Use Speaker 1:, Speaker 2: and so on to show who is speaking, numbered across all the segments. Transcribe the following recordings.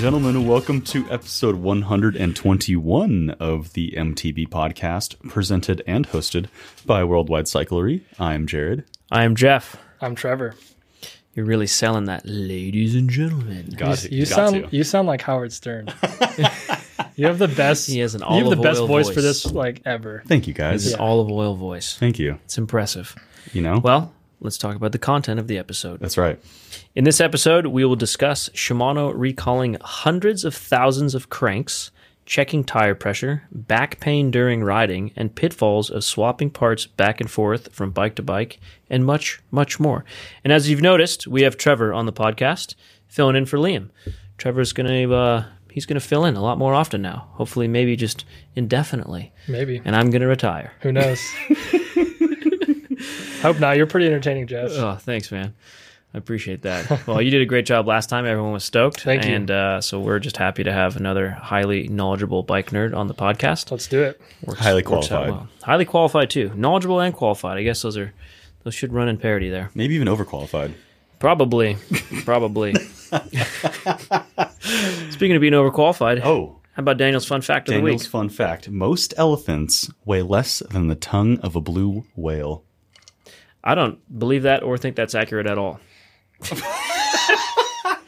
Speaker 1: gentlemen, welcome to episode 121 of the MTB podcast, presented and hosted by Worldwide Cyclery. I'm Jared.
Speaker 2: I'm Jeff.
Speaker 3: I'm Trevor.
Speaker 2: You're really selling that, ladies and gentlemen.
Speaker 1: Got
Speaker 3: you
Speaker 1: got
Speaker 3: sound
Speaker 1: to.
Speaker 3: you sound like Howard Stern. you have the best.
Speaker 2: He has an
Speaker 3: you have the
Speaker 2: olive
Speaker 3: best
Speaker 2: oil
Speaker 3: voice,
Speaker 2: voice.
Speaker 3: for this like ever.
Speaker 1: Thank you
Speaker 2: This
Speaker 1: guys.
Speaker 2: is olive oil voice.
Speaker 1: Thank you.
Speaker 2: It's impressive.
Speaker 1: You know,
Speaker 2: Well, let's talk about the content of the episode.
Speaker 1: that's right.
Speaker 2: In this episode, we will discuss Shimano recalling hundreds of thousands of cranks, checking tire pressure, back pain during riding, and pitfalls of swapping parts back and forth from bike to bike, and much, much more. And as you've noticed, we have Trevor on the podcast filling in for Liam. Trevor's going to. Uh, He's going to fill in a lot more often now. Hopefully, maybe just indefinitely.
Speaker 3: Maybe.
Speaker 2: And I'm going to retire.
Speaker 3: Who knows? Hope not. You're pretty entertaining, Jess.
Speaker 2: Oh, thanks, man. I appreciate that. Well, you did a great job last time. Everyone was stoked.
Speaker 3: Thank you.
Speaker 2: And uh, so we're just happy to have another highly knowledgeable bike nerd on the podcast.
Speaker 3: Let's do it.
Speaker 2: Works-
Speaker 1: Highly
Speaker 2: works out
Speaker 1: qualified.
Speaker 2: well. Highly qualified too. Knowledgeable and qualified. I guess those are those should run in parity there.
Speaker 1: Maybe even overqualified.
Speaker 2: Probably. Probably. Speaking of being overqualified,
Speaker 1: Oh,
Speaker 2: how about Daniel's fun fact of
Speaker 1: Daniel's
Speaker 2: the week?
Speaker 1: fun fact most elephants weigh less than the tongue of a blue whale.
Speaker 2: I don't believe that or think that's accurate at all.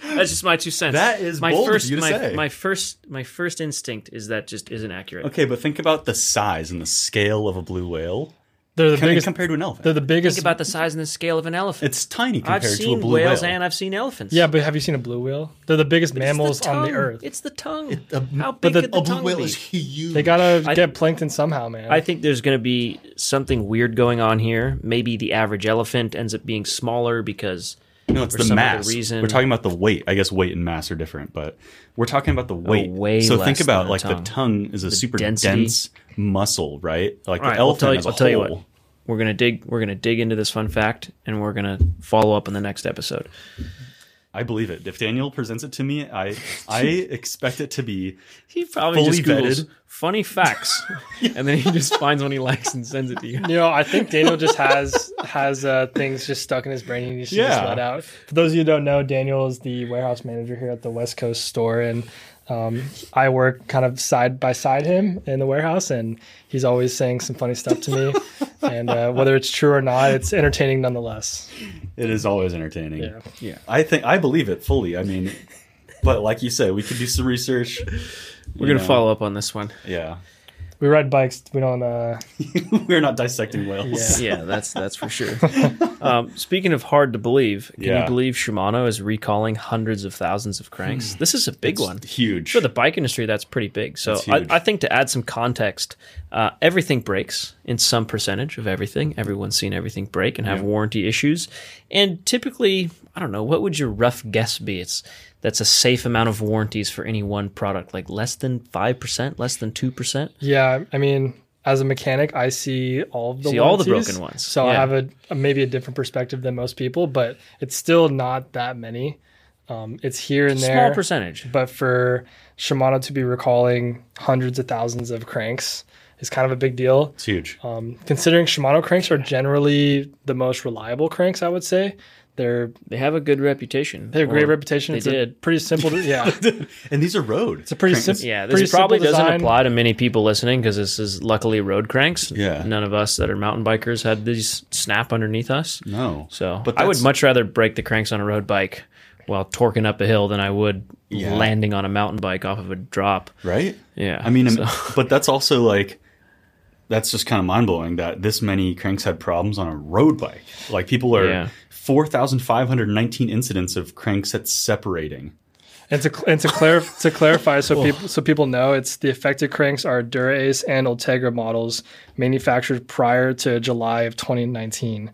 Speaker 2: that's just my two cents.
Speaker 1: That is
Speaker 2: my
Speaker 1: bold of
Speaker 2: first
Speaker 1: you to
Speaker 2: my,
Speaker 1: say.
Speaker 2: my first my first instinct is that just isn't accurate.
Speaker 1: Okay, but think about the size and the scale of a blue whale
Speaker 3: They're the
Speaker 1: I mean,
Speaker 3: biggest.
Speaker 1: compared to an elephant.
Speaker 3: they're the biggest.
Speaker 2: Think about the size and the scale of an elephant.
Speaker 1: it's tiny compared
Speaker 2: I've
Speaker 1: to a
Speaker 2: seen
Speaker 1: blue
Speaker 2: whales
Speaker 1: whale.
Speaker 2: and I've seen elephants.
Speaker 3: yeah, but have you seen a blue whale? They're the biggest
Speaker 2: It's
Speaker 3: mammals on the
Speaker 2: tongue.
Speaker 3: earth.
Speaker 2: It's the tongue.
Speaker 1: a-
Speaker 2: How
Speaker 1: but
Speaker 2: big could
Speaker 1: a
Speaker 2: the
Speaker 1: blue
Speaker 2: tongue
Speaker 1: whale
Speaker 2: be?
Speaker 1: is huge.
Speaker 3: they gotta
Speaker 2: I-
Speaker 3: get plankton somehow, man.
Speaker 2: I think there's going to be something weird going on here. Maybe the average elephant ends up being smaller because
Speaker 1: No, it's
Speaker 2: for
Speaker 1: the
Speaker 2: some other
Speaker 1: mass.
Speaker 2: reason.
Speaker 1: We're talking about the weight. I guess weight and mass are different, but we're talking about the weight.
Speaker 2: way
Speaker 1: so
Speaker 2: less
Speaker 1: think about
Speaker 2: than a
Speaker 1: like the
Speaker 2: tongue.
Speaker 1: tongue is a super
Speaker 2: density.
Speaker 1: dense muscle, right? Like
Speaker 2: All
Speaker 1: the
Speaker 2: right, I'll tell
Speaker 1: elephant
Speaker 2: you,
Speaker 1: as a
Speaker 2: I'll tell you what.
Speaker 1: whole.
Speaker 2: We're gonna dig. We're gonna dig into this fun fact, and we're gonna follow up in the next episode.
Speaker 1: I believe it. If Daniel presents it to me, I I expect it to be
Speaker 2: He probably
Speaker 1: Fully
Speaker 2: just Googles
Speaker 1: vetted.
Speaker 2: funny facts, and then he just finds one he likes and sends it to you.
Speaker 3: You know, I think Daniel just has has uh, things just stuck in his brain. and He just yeah.
Speaker 1: Yeah.
Speaker 3: just let out. For those of you who don't know, Daniel is the warehouse manager here at the West Coast store, and um, I work kind of side by side him in the warehouse, and he's always saying some funny stuff to me. and uh, whether it's true or not, it's entertaining nonetheless.
Speaker 1: it is always entertaining.
Speaker 3: Yeah.
Speaker 1: yeah. I think I believe it fully. I mean but like you said, we could do some research.
Speaker 2: We're gonna follow up on this one.
Speaker 1: Yeah.
Speaker 3: We ride bikes. We don't. Uh,
Speaker 1: We're not dissecting whales.
Speaker 2: yeah, that's that's for sure. Um, speaking of hard to believe, can
Speaker 1: Yeah.
Speaker 2: you believe Shimano is recalling hundreds of thousands of cranks?
Speaker 1: Hmm.
Speaker 2: This is a big one.
Speaker 1: Huge.
Speaker 2: For the bike industry, that's pretty big. So
Speaker 1: That's
Speaker 2: I,
Speaker 1: huge.
Speaker 2: I think to add some context, uh, everything breaks in some percentage of everything. Everyone's seen everything break and have warranty issues. And typically, I don't know, what would your rough guess be? It's that's a safe amount of warranties for any one product, like less than five percent, less than two percent.
Speaker 3: yeah, I mean. As a mechanic, I see all of the
Speaker 2: See all the
Speaker 3: warranties,
Speaker 2: broken ones.
Speaker 3: So I
Speaker 2: Yeah.
Speaker 3: have a, a maybe a different perspective than most people, but it's still not that many. Um, it's here and there.
Speaker 2: Small percentage.
Speaker 3: but for Shimano to be recalling hundreds of thousands of cranks is kind of a big deal.
Speaker 1: it's huge.
Speaker 3: Um, considering Shimano cranks are generally the most reliable cranks, I would say they're
Speaker 2: They have a good reputation.
Speaker 3: they have a great
Speaker 2: Or-
Speaker 3: reputation.
Speaker 2: they
Speaker 3: it's a
Speaker 2: did.
Speaker 3: pretty simple. To, yeah,
Speaker 1: And these are road. It's
Speaker 3: a pretty simple-
Speaker 2: Yeah,
Speaker 3: Pretty
Speaker 2: this probably
Speaker 3: simple
Speaker 2: doesn't
Speaker 3: design.
Speaker 2: apply to many people listening because this is luckily road cranks.
Speaker 1: Yeah.
Speaker 2: None of us that are mountain bikers had these snap underneath us.
Speaker 1: No.
Speaker 2: So
Speaker 1: But
Speaker 2: I would
Speaker 1: that's-
Speaker 2: much rather break the cranks on a road bike while torquing up a hill than I would
Speaker 1: Yeah.
Speaker 2: landing on a mountain bike off of a drop.
Speaker 1: right?
Speaker 2: Yeah.
Speaker 1: I mean,
Speaker 2: so-
Speaker 1: but that's also like, that's just kind of mind blowing that this many cranks had problems on a road bike. Like people are
Speaker 2: Yeah.
Speaker 1: four thousand five hundred nineteen incidents of cranksets separating.
Speaker 3: and to and to, clarif- to clarify, so people so people know, it's the affected cranks are Dura-Ace and Ultegra models manufactured prior to July of 2019.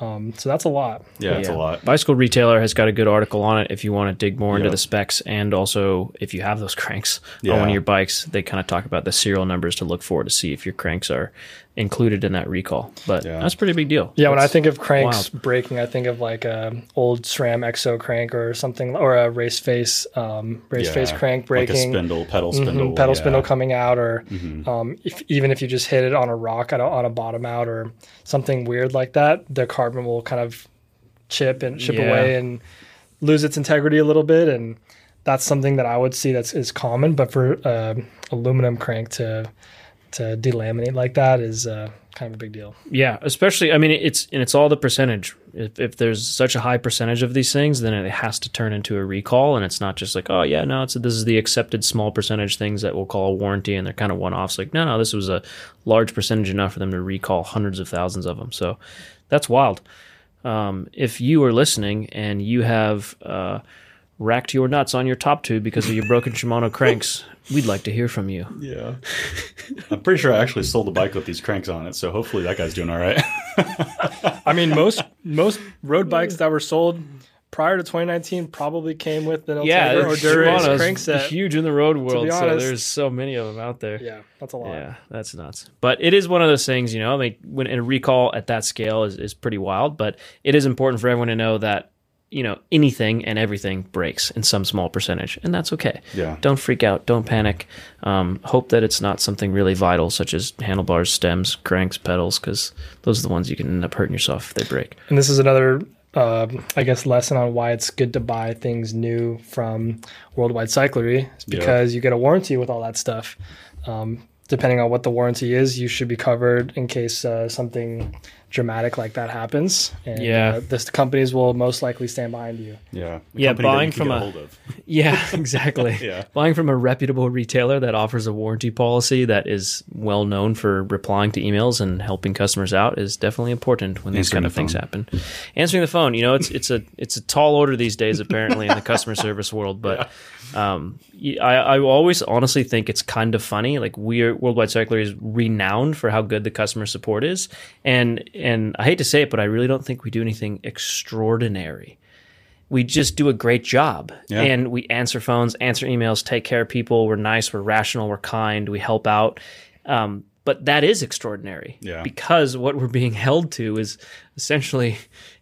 Speaker 3: Um, so that's a lot.
Speaker 1: Yeah, it's a
Speaker 2: Yeah.
Speaker 1: lot.
Speaker 2: Bicycle Retailer has got a good article on it if you want to dig more into
Speaker 1: Yeah.
Speaker 2: the specs and also if you have those cranks on
Speaker 1: Yeah.
Speaker 2: one of your bikes, they kind of talk about the serial numbers to look for to see if your cranks are included in that recall. But
Speaker 1: Yeah.
Speaker 2: that's a pretty big deal.
Speaker 3: Yeah, when I
Speaker 2: That's-
Speaker 3: think of cranks breaking, I think of like a old SRAM XO crank or something, or a race face, um, race
Speaker 1: Yeah.
Speaker 3: face crank breaking,
Speaker 1: like a spindle, pedal
Speaker 3: mhm,
Speaker 1: spindle,
Speaker 3: pedal
Speaker 1: yeah.
Speaker 3: spindle coming out, or
Speaker 2: Mm-hmm.
Speaker 3: um, if, even if you just hit it on a rock on a, on a bottom out or something weird like that, the carbon will kind of chip and chip
Speaker 2: Yeah.
Speaker 3: away and lose its integrity a little bit, and that's something that I would see that's is common, but for uh, aluminum crank to to delaminate like that is uh, kind of a big deal.
Speaker 2: Yeah, especially I mean it's and it's all the percentage. If if there's such a high percentage of these things, then it has to turn into a recall, and it's not just like oh yeah no it's this is the accepted small percentage things that we'll call a warranty, and they're kind of one offs. Like no no this was a large percentage enough for them to recall hundreds of thousands of them. So that's wild. Um, if you are listening and you have uh, racked your nuts on your top tube because of your broken Shimano cranks, we'd like to hear from you.
Speaker 1: Yeah. I'm pretty sure I actually sold the bike with these cranks on it, so hopefully that guy's doing all right.
Speaker 3: I mean, most most road bikes that were sold prior to 2019 probably came with an
Speaker 2: yeah,
Speaker 3: Ultegra or Durex
Speaker 2: Shimano's
Speaker 3: crank set.
Speaker 2: huge in the road world. So
Speaker 3: honest.
Speaker 2: there's so many of them out there.
Speaker 3: Yeah, that's a lot.
Speaker 2: Yeah, that's nuts. But it is one of those things, you know. I mean, when a recall at that scale is, is pretty wild, but it is important for everyone to know that you know anything and everything breaks in some small percentage, and that's okay.
Speaker 1: Yeah.
Speaker 2: Don't freak out. Don't panic. Um, hope that it's not something really vital, such as handlebars, stems, cranks, pedals, because those are the ones you can end up hurting yourself if they break.
Speaker 3: And this is another, um, I guess, lesson on why it's good to buy things new from Worldwide Cyclery. It's
Speaker 1: Yeah.
Speaker 3: because you get a warranty with all that stuff. Um, depending on what the warranty is, you should be covered in case uh, something dramatic like that happens. And,
Speaker 2: Yeah.
Speaker 3: uh, this the companies will most likely stand behind you.
Speaker 1: Yeah. A company that
Speaker 2: Yeah,
Speaker 1: you
Speaker 2: buying
Speaker 1: can
Speaker 2: from
Speaker 1: get
Speaker 2: a-
Speaker 1: hold of.
Speaker 2: Yeah, exactly.
Speaker 1: Yeah.
Speaker 2: Buying from a reputable retailer that offers a warranty policy that is well known for replying to emails and helping customers out is definitely important when these
Speaker 1: Answering
Speaker 2: kind
Speaker 1: the
Speaker 2: of things
Speaker 1: phone.
Speaker 2: happen. Answering the phone, you know, it's it's a it's a tall order these days apparently in the customer service world, but um, y- I, I always honestly think it's kind of funny. Like we are Worldwide Cycler is renowned for how good the customer support is, and and I hate to say it, but I really don't think we do anything extraordinary. We just do a great job,
Speaker 1: Yeah.
Speaker 2: and we answer phones, answer emails, take care of people. We're nice, we're rational, we're kind, we help out. Um, but that is extraordinary
Speaker 1: Yeah.
Speaker 2: because what we're being held to is essentially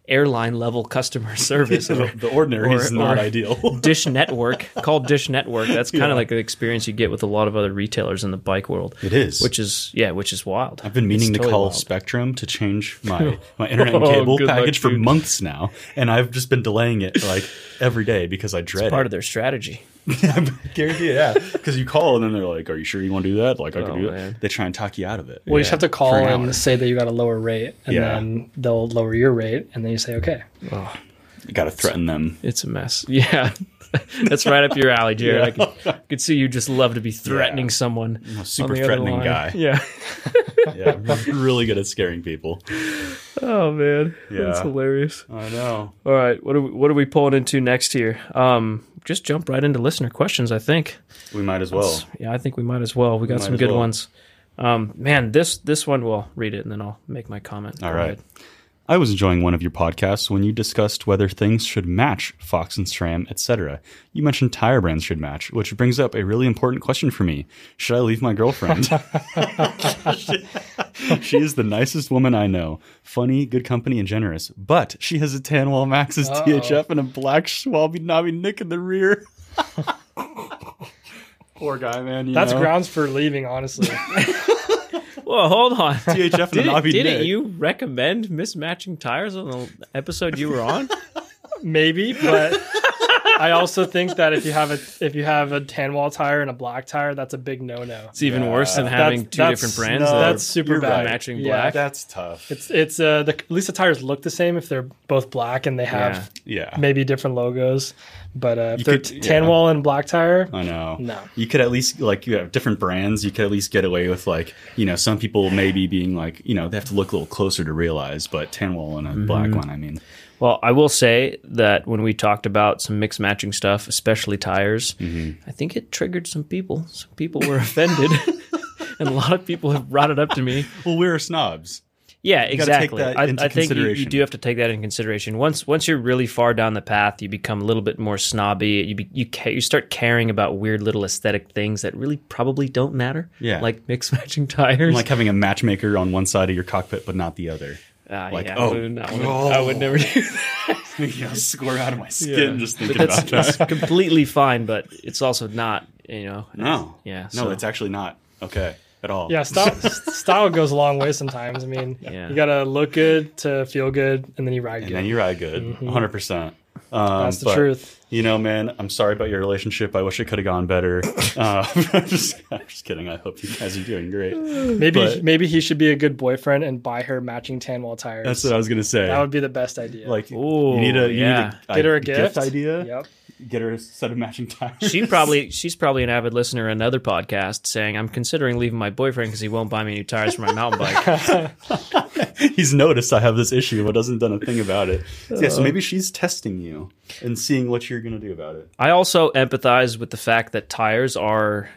Speaker 2: airline level customer service or
Speaker 1: The ordinary
Speaker 2: Or-
Speaker 1: is not
Speaker 2: or-
Speaker 1: ideal.
Speaker 2: Dish Network, called Dish Network. That's kind of like an experience you get with a lot of other retailers in the bike world.
Speaker 1: It is.
Speaker 2: which is yeah, which is wild.
Speaker 1: I've been meaning
Speaker 2: It's
Speaker 1: to
Speaker 2: totally
Speaker 1: call
Speaker 2: wild.
Speaker 1: Spectrum to change my, my internet and
Speaker 2: Oh,
Speaker 1: cable
Speaker 2: good luck,
Speaker 1: package for
Speaker 2: dude.
Speaker 1: months now, and I've just been delaying it like every day because I dread
Speaker 2: part
Speaker 1: it.
Speaker 2: of their strategy.
Speaker 1: Guarantee, yeah. Because you call and then they're like, "Are you sure you want to do that?" Like, I
Speaker 2: Oh,
Speaker 1: could do
Speaker 2: man.
Speaker 1: it. They try and talk you out of it.
Speaker 3: Well, you just have to call
Speaker 1: for an
Speaker 3: and
Speaker 1: hour.
Speaker 3: say that you got a lower rate, and
Speaker 1: Yeah.
Speaker 3: then they'll lower your rate, and then you say, okay.
Speaker 1: You got to threaten them.
Speaker 2: Oh, It's a mess. Yeah. That's right up your alley, Jared. I could, I could see you just love to be threatening
Speaker 1: Yeah.
Speaker 2: someone.
Speaker 1: a
Speaker 2: on
Speaker 1: super
Speaker 2: the other
Speaker 1: threatening
Speaker 2: line.
Speaker 1: guy.
Speaker 2: Yeah.
Speaker 1: Yeah, I'm really good at scaring people.
Speaker 2: Oh man. That's
Speaker 1: Yeah.
Speaker 2: hilarious.
Speaker 1: I know.
Speaker 2: All right. What are we what are we pulling into next here? Um just jump right into listener questions, I think.
Speaker 1: We might as well.
Speaker 2: Yeah, I think we might as well. We got
Speaker 1: might
Speaker 2: some
Speaker 1: as
Speaker 2: good
Speaker 1: well.
Speaker 2: ones. Um, man, this this one will read it and then I'll make my comment.
Speaker 1: All
Speaker 2: Go
Speaker 1: right.
Speaker 2: ahead.
Speaker 1: I was enjoying one of your podcasts when you discussed whether things should match Fox and SRAM, etc. You mentioned tire brands should match, which brings up a really important question for me. Should I leave my girlfriend? she is the nicest woman I know. Funny, good company, and generous. But she has a Tanwall Max's THF and a black Schwalbe Nabi Nick in the rear. Poor guy, man. you
Speaker 3: That's
Speaker 1: know.
Speaker 3: grounds for leaving, honestly.
Speaker 2: Well, hold on.
Speaker 1: THF and a
Speaker 2: Did,
Speaker 1: Nabi
Speaker 2: didn't
Speaker 1: Nick.
Speaker 2: you recommend mismatching tires on the episode you were on?
Speaker 3: Maybe, but I also think that if you have a if you have a tan wall tire and a black tire, that's a big no no.
Speaker 2: It's even worse than
Speaker 3: That's-
Speaker 2: having two
Speaker 3: that's-
Speaker 2: different brands.
Speaker 3: no,
Speaker 2: that
Speaker 3: that's
Speaker 2: are
Speaker 3: super
Speaker 1: You're
Speaker 3: bad.
Speaker 1: right.
Speaker 2: matching
Speaker 3: Yeah,
Speaker 2: black.
Speaker 1: That's tough.
Speaker 3: It's it's uh the, at least the tires look the same if they're both black and they have
Speaker 1: yeah.
Speaker 3: maybe different logos, but uh, if
Speaker 1: You
Speaker 3: they're
Speaker 1: could-
Speaker 3: t-
Speaker 1: yeah.
Speaker 3: tan wall and black tire,
Speaker 1: I know.
Speaker 3: No.
Speaker 1: You could at least like you have different brands. You could at least get away with like you know some people maybe being like you know they have to look a little closer to realize, but Tanwall and a black one. I mean,
Speaker 2: Well, I will say that when we talked about some mixed matching stuff, especially tires,
Speaker 1: Mm-hmm.
Speaker 2: I think it triggered some people. Some people were offended. And a lot of people have brought it up to me.
Speaker 1: well, we're snobs.
Speaker 2: Yeah,
Speaker 1: gotta take
Speaker 2: exactly.
Speaker 1: that
Speaker 2: I,
Speaker 1: into
Speaker 2: I think you, you
Speaker 1: consideration.
Speaker 2: do have to take that into consideration. Once once you're really far down the path, you become a little bit more snobby. You be, you ca- you start caring about weird little aesthetic things that really probably don't matter.
Speaker 1: Yeah.
Speaker 2: like mixed matching tires.
Speaker 1: Like having a matchmaker on one side of your cockpit but not the other.
Speaker 2: Ah,
Speaker 1: like,
Speaker 2: yeah,
Speaker 1: oh,
Speaker 2: I would, not wanna- I would never do that.
Speaker 1: you know, squirm out of my skin
Speaker 2: Yeah.
Speaker 1: just thinking
Speaker 2: That's,
Speaker 1: about that.
Speaker 2: that's completely fine, but it's also not. You know,
Speaker 1: No.
Speaker 2: Yeah,
Speaker 1: No,
Speaker 2: so-
Speaker 1: it's actually not okay at at all.
Speaker 3: Yeah, style style goes a long way sometimes. I mean,
Speaker 2: Yeah.
Speaker 3: you gotta look good to feel good, and then you ride
Speaker 1: and
Speaker 3: good.
Speaker 1: then you ride good, 100. percent
Speaker 3: Mm-hmm.
Speaker 1: Um,
Speaker 3: That's the truth.
Speaker 1: You know, man, I'm sorry about your relationship. I wish it could have gone better. uh, I'm, just, I'm just kidding. I hope you guys are doing great.
Speaker 3: Maybe
Speaker 1: but-
Speaker 3: maybe he should be a good boyfriend and buy her matching tan wall tires.
Speaker 1: That's what I was gonna say.
Speaker 3: that would be the best idea.
Speaker 1: like,
Speaker 2: Ooh,
Speaker 1: you need a you
Speaker 2: yeah.
Speaker 1: need a,
Speaker 3: get her a
Speaker 1: gift,
Speaker 3: gift,
Speaker 1: idea.
Speaker 3: Yep.
Speaker 1: Get her a set of matching tires.
Speaker 2: She probably she's probably an avid listener to another podcast saying I'm considering leaving my boyfriend because he won't buy me new tires for my mountain bike.
Speaker 1: He's noticed I have this issue, but hasn't done a thing about it. So, yeah, so maybe she's testing you and seeing what you're gonna do about it.
Speaker 2: I also empathize with the fact that tires are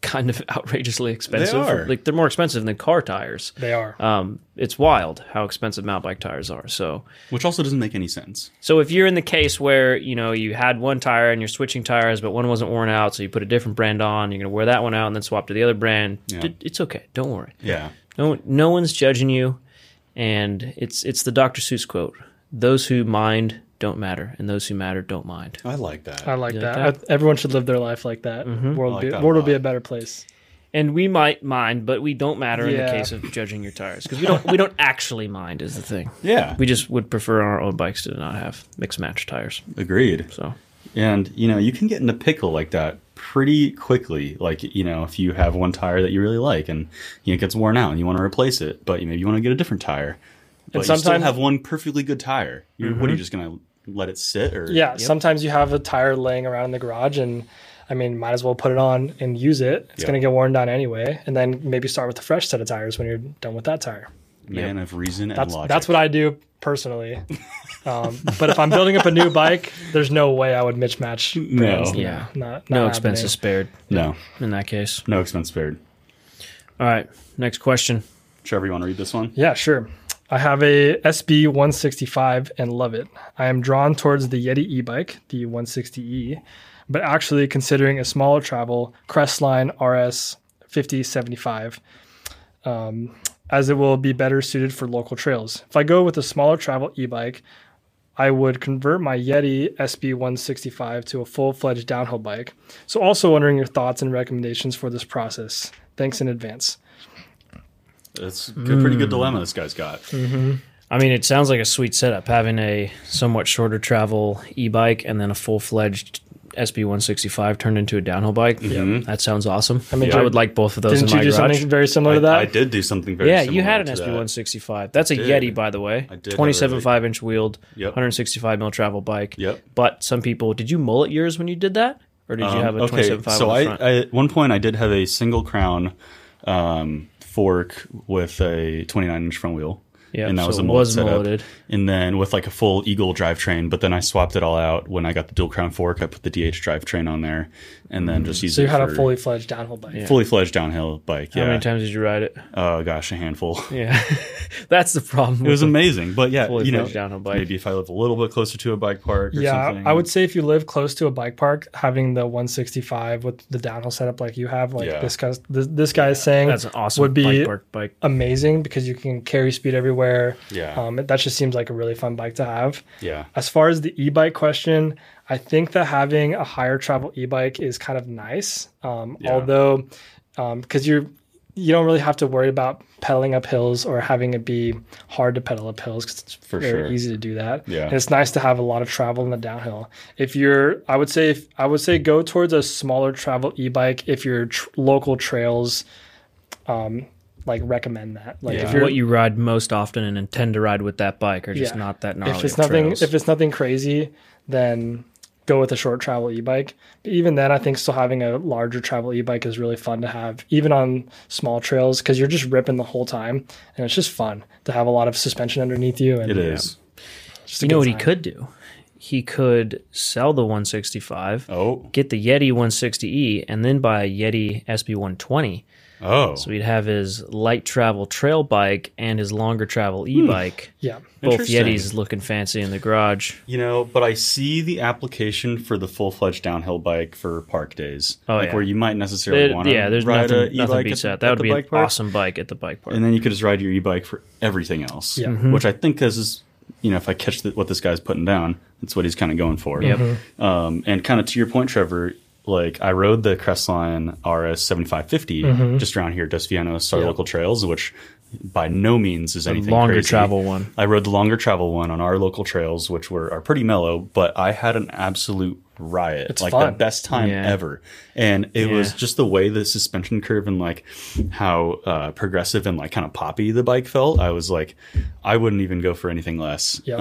Speaker 2: kind of outrageously expensive.
Speaker 1: are.
Speaker 2: Like they're more expensive than car tires.
Speaker 3: They are.
Speaker 2: Um, it's wild how expensive mountain bike tires are. So
Speaker 1: Which also doesn't make any sense.
Speaker 2: So if you're in the case where you know you had one tire and you're switching tires, but one wasn't worn out, so you put a different brand on, you're gonna wear that one out and then swap to the other brand. d- It's okay. Don't worry.
Speaker 1: Yeah.
Speaker 2: No, no one's judging you, and it's it's the Dr. Seuss quote: "Those who mind don't matter, and those who matter don't mind."
Speaker 1: I like that.
Speaker 3: I like
Speaker 2: You like
Speaker 3: that.
Speaker 2: that?
Speaker 3: I- everyone should live their life like that. World,
Speaker 1: Mm-hmm. like
Speaker 3: be,
Speaker 1: that a
Speaker 3: world will
Speaker 1: lot.
Speaker 3: be a better place.
Speaker 2: And we might mind, but we don't matter in the
Speaker 3: Yeah.
Speaker 2: case of judging your tires because we don't we don't actually mind is the thing.
Speaker 1: yeah.
Speaker 2: We just would prefer on our own bikes to not have mixed match tires.
Speaker 1: Agreed.
Speaker 2: So
Speaker 1: And you know, you can get in a pickle like that pretty quickly. Like you know, if you have one tire that you really like and you know, it gets worn out and you want to replace it, but you maybe you want to get a different tire. But you still
Speaker 3: sometime-
Speaker 1: have one perfectly good tire. You're, What are you just gonna let it sit or
Speaker 3: Yeah. Sometimes you have a tire laying around in the garage, and I mean, might as well put it on and use it. It's
Speaker 1: Yeah.
Speaker 3: gonna get worn down anyway, and then maybe start with a fresh set of tires when you're done with that tire.
Speaker 1: man of reason and
Speaker 3: That's
Speaker 1: logic?
Speaker 3: that's what I do personally. Um, but if I'm building up a new bike, there's no way I would mismatch. brands.
Speaker 2: Yeah.
Speaker 3: Oh. Not, not
Speaker 2: no
Speaker 3: happening.
Speaker 2: expenses spared
Speaker 1: no,
Speaker 2: in that case.
Speaker 1: no expense spared.
Speaker 2: All right, next question.
Speaker 1: Trevor, you want to read this one?
Speaker 3: Yeah, sure. I have a SB 165 and love it. I am drawn towards the Yeti e-bike, the 160e, but actually considering a smaller travel Crestline RS 5075, um, as it will be better suited for local trails. If I go with a smaller travel e-bike, I would convert my Yeti SB 165 to a full-fledged downhill bike. So also wondering your thoughts and recommendations for this process. Thanks in advance.
Speaker 1: That's a good- pretty good dilemma this guy's got.
Speaker 2: I mean, it sounds like a sweet setup having a somewhat shorter travel e bike and then a full fledged SB 165 turned into a downhill bike. Yeah, that sounds awesome. I mean,
Speaker 3: mean,
Speaker 2: I
Speaker 3: Jared,
Speaker 2: would like both of those
Speaker 3: Didn't
Speaker 2: in
Speaker 3: you
Speaker 2: my
Speaker 3: do
Speaker 2: garage.
Speaker 3: something very similar
Speaker 1: I,
Speaker 3: to that?
Speaker 1: I did do something very
Speaker 2: Yeah, you
Speaker 1: similar
Speaker 2: had an
Speaker 1: to
Speaker 2: SB
Speaker 1: that.
Speaker 2: 165. That's a
Speaker 1: did.
Speaker 2: Yeti, by the way.
Speaker 1: I did have a
Speaker 2: 27
Speaker 1: really-
Speaker 2: 5 inch wheeled,
Speaker 1: Yep.
Speaker 2: 165 mil travel bike.
Speaker 1: Yep.
Speaker 2: But some people, did you mullet yours when you did that? Or did you
Speaker 1: Um,
Speaker 2: have a 27 5
Speaker 1: so
Speaker 2: on the
Speaker 1: I, uh,
Speaker 2: front?
Speaker 1: I at one point I did have a single crown um, fork with a 29 inch front wheel.
Speaker 2: Yeah,
Speaker 1: and that
Speaker 2: so
Speaker 1: was a
Speaker 2: it
Speaker 1: mullet
Speaker 2: was
Speaker 1: setup.
Speaker 2: mulleted.
Speaker 1: And then with like a full Eagle drivetrain, but then I swapped it all out when I got the dual crown fork. I put the DH drivetrain on there, and then
Speaker 2: Mm.
Speaker 1: just used
Speaker 3: So
Speaker 1: it
Speaker 3: you had
Speaker 1: for
Speaker 3: a fully fledged downhill bike.
Speaker 1: fully fledged downhill bike.
Speaker 2: How
Speaker 1: yeah.
Speaker 2: many times did you ride it?
Speaker 1: Oh gosh, a handful.
Speaker 2: Yeah. That's the problem.
Speaker 1: It was amazing, but yeah,
Speaker 2: Fully
Speaker 1: you know,
Speaker 2: fledged downhill bike.
Speaker 1: maybe if I live a little bit closer to a bike park or
Speaker 3: Yeah,
Speaker 1: something.
Speaker 3: I would say if you live close to a bike park, having the 165 with the downhill setup like you have, like
Speaker 1: Yeah.
Speaker 3: this guy, this, this guy is saying,
Speaker 2: That's an awesome
Speaker 3: would be
Speaker 2: bike park bike.
Speaker 3: amazing because you can carry speed everywhere.
Speaker 1: Yeah.
Speaker 3: um, it- that just seems like a really fun bike to have.
Speaker 1: Yeah.
Speaker 3: As far as the e-bike question, I think that having a higher travel e-bike is kind of nice. Um,
Speaker 1: Yeah.
Speaker 3: Although, because you're you don't really have to worry about pedaling up hills or having it be hard to pedal up hills because it's
Speaker 1: For
Speaker 3: very
Speaker 1: sure.
Speaker 3: easy to do that.
Speaker 1: Yeah.
Speaker 3: and it's nice to have a lot of travel in the downhill. If you're, I would say, if, I would say go towards a smaller travel e-bike if your tr- local trails, um, like recommend that. Like
Speaker 1: Yeah.
Speaker 3: if
Speaker 2: for
Speaker 3: you're
Speaker 2: what you ride most often and intend to ride with that bike are just
Speaker 3: Yeah.
Speaker 2: not that gnarly.
Speaker 3: if it's
Speaker 2: of
Speaker 3: nothing
Speaker 2: trails.
Speaker 3: if it's nothing crazy then go with a short travel e-bike but even then i think still having a larger travel e-bike is really fun to have even on small trails because you're just ripping the whole time and it's just fun to have a lot of suspension underneath you and
Speaker 1: It is.
Speaker 3: just a
Speaker 2: you know
Speaker 3: good
Speaker 2: what he
Speaker 3: time.
Speaker 2: could do? He could sell the 165,
Speaker 1: Oh,
Speaker 2: get the Yeti 160e, and then buy a Yeti SB 120.
Speaker 1: oh,
Speaker 2: So he'd have his light travel trail bike and his longer travel e bike.
Speaker 3: yeah
Speaker 2: Both
Speaker 1: Interesting.
Speaker 2: Yetis looking fancy in the garage.
Speaker 1: You know, but I see the application for the full fledged downhill bike for park days,
Speaker 2: Oh,
Speaker 1: like
Speaker 2: yeah.
Speaker 1: where you might necessarily
Speaker 2: It-
Speaker 1: want to
Speaker 2: yeah, there's
Speaker 1: ride
Speaker 2: nothing,
Speaker 1: a e-bike
Speaker 2: nothing
Speaker 1: at
Speaker 2: beats
Speaker 1: the-
Speaker 2: that.
Speaker 1: at
Speaker 2: That would
Speaker 1: the
Speaker 2: be an
Speaker 1: bike park,
Speaker 2: awesome bike at the bike park.
Speaker 1: and then you could just ride your e-bike for everything else.
Speaker 3: Yeah.
Speaker 2: Mm-hmm.
Speaker 1: which I think is, is, you know, if I catch the, what this guy's putting down, that's what he's kind of going for.
Speaker 2: Yep.
Speaker 1: Um, and kind of to your point, Trevor, like I rode the Crestline RS 7550
Speaker 2: Mm-hmm.
Speaker 1: just around here, Dos Vianos, our
Speaker 2: Yeah.
Speaker 1: local trails, which by no means is anything
Speaker 2: longer
Speaker 1: crazy.
Speaker 2: travel one.
Speaker 1: I rode the longer travel one on our local trails, which were are pretty mellow, but I had an absolute riot. It's like
Speaker 3: fun.
Speaker 1: the best time
Speaker 2: Yeah.
Speaker 1: ever. And it was
Speaker 2: Yeah.
Speaker 1: just the way the suspension curve and like how uh, progressive and like kind of poppy the bike felt. I was like, I wouldn't even go for anything less.
Speaker 3: Yep.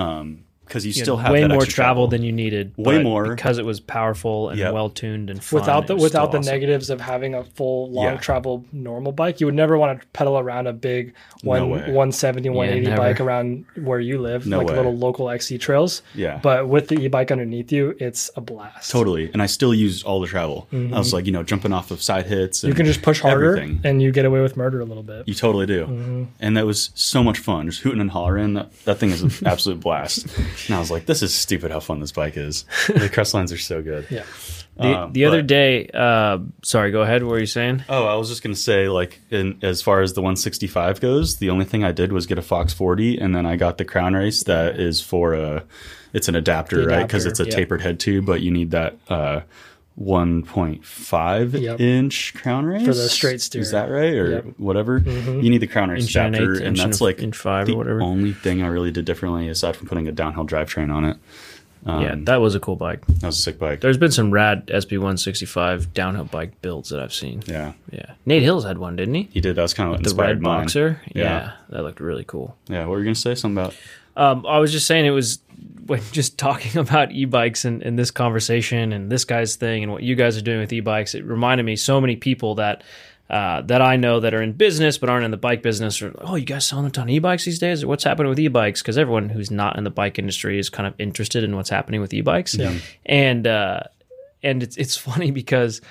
Speaker 1: because you still have
Speaker 2: way
Speaker 1: that
Speaker 2: more travel,
Speaker 1: extra travel
Speaker 2: than you needed.
Speaker 1: Way
Speaker 2: but
Speaker 1: more.
Speaker 2: because it was powerful and
Speaker 1: Yep.
Speaker 2: well tuned and fun.
Speaker 3: without the
Speaker 2: it was
Speaker 3: without
Speaker 2: still
Speaker 3: the
Speaker 2: awesome.
Speaker 3: negatives of having a full long
Speaker 1: Yeah.
Speaker 3: travel normal bike you would never want to pedal around a big one
Speaker 1: way.
Speaker 3: 170 180
Speaker 2: never.
Speaker 3: bike around where you live
Speaker 1: No
Speaker 3: like
Speaker 1: way.
Speaker 3: little local xc trails
Speaker 1: Yeah.
Speaker 3: but with the e-bike underneath you it's a blast
Speaker 1: Totally. And I still used all the travel. I was like, you know, jumping off of side hits. And
Speaker 3: you can just push harder
Speaker 1: everything.
Speaker 3: and you get away with murder a little bit
Speaker 1: You totally do. And that was so much fun. Just hooting and hollering. That, that thing is an absolute blast. And I was like, this is stupid how fun this bike is. The crest lines are so good.
Speaker 3: yeah
Speaker 2: The,
Speaker 1: Um,
Speaker 2: the other
Speaker 1: but-
Speaker 2: day, uh, sorry, go ahead. What were you saying?
Speaker 1: Oh, I was just going to say, like, in, as far as the 165 goes, the only thing I did was get a Fox 40, and then I got the Crown Race that is for a, it's an adapter,
Speaker 3: The
Speaker 1: right? Because it's
Speaker 3: adapter,
Speaker 1: a
Speaker 3: yeah.
Speaker 1: tapered head tube, but you need that uh, 1.5
Speaker 3: Yep.
Speaker 1: inch Crown Race.
Speaker 3: straight steer.
Speaker 1: Is that right? Or
Speaker 3: Yep.
Speaker 1: whatever? You need the Crown Race
Speaker 2: Mm-hmm. Inch and an
Speaker 1: adapter,
Speaker 2: eighth,
Speaker 1: and
Speaker 2: inch and
Speaker 1: that's
Speaker 2: a-
Speaker 1: like
Speaker 2: inch five or
Speaker 1: the
Speaker 2: whatever.
Speaker 1: only thing I really did differently aside from putting a downhill drivetrain on it. Um,
Speaker 2: yeah, that was a cool bike.
Speaker 1: That was a sick bike.
Speaker 2: There's been some rad SB165 downhill bike builds that I've seen. Yeah.
Speaker 1: Yeah.
Speaker 2: Nate Hills had one, didn't he?
Speaker 1: He did. That was kind of what
Speaker 2: The
Speaker 1: inspired
Speaker 2: red
Speaker 1: mine.
Speaker 2: boxer. Yeah.
Speaker 1: Yeah.
Speaker 2: that looked really cool.
Speaker 1: Yeah. What were you going to say? Something about.
Speaker 2: Um, I was just saying it was when just talking about e-bikes and, and this conversation and this guy's thing and what you guys are doing with e-bikes. It reminded me so many people that uh, that I know that are in business but aren't in the bike business or oh you guys selling a ton of e-bikes these days or what's happening with e-bikes because everyone who's not in the bike industry is kind of interested in what's happening with e-bikes and uh, and it's it's funny because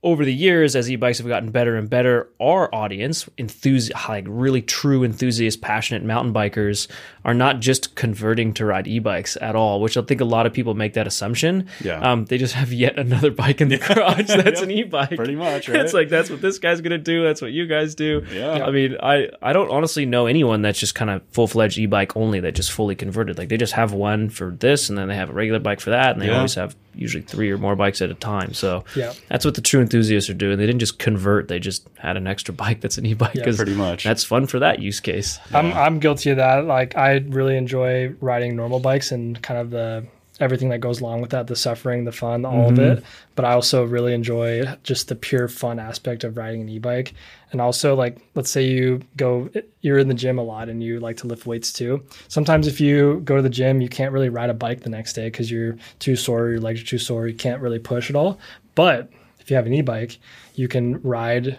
Speaker 2: over the years, as e-bikes have gotten better and better, our audience, enthusi- like really true enthusiast, passionate mountain bikers, are not just converting to ride e-bikes at all. Which I think a lot of people make that assumption.
Speaker 1: Yeah.
Speaker 2: Um, they just have yet another bike in the garage that's
Speaker 1: Yep.
Speaker 2: an e-bike.
Speaker 1: Pretty much, right?
Speaker 2: it's like that's what this guy's gonna do. That's what you guys do.
Speaker 1: Yeah.
Speaker 2: I mean, I I don't honestly know anyone that's just kind of full fledged e-bike only that just fully converted. Like they just have one for this, and then they have a regular bike for that, and they
Speaker 1: Yeah.
Speaker 2: always have usually three or more bikes at a time. So
Speaker 3: Yeah.
Speaker 2: that's what the true enthusiasts are doing. They didn't just convert; they just had an extra bike that's an e-bike.
Speaker 3: Yeah,
Speaker 2: 'cause
Speaker 1: pretty much.
Speaker 2: That's fun for that use case.
Speaker 3: I'm I'm guilty of that. Like I really enjoy riding normal bikes and kind of the everything that goes along with that, the suffering, the fun, all of it. But I also really enjoy just the pure fun aspect of riding an e-bike. And also like let's say you go you're in the gym a lot and you like to lift weights too. Sometimes if you go to the gym, you can't really ride a bike the next day cuz you're too sore, your legs are too sore, you can't really push at all. But if you have an e-bike, you can ride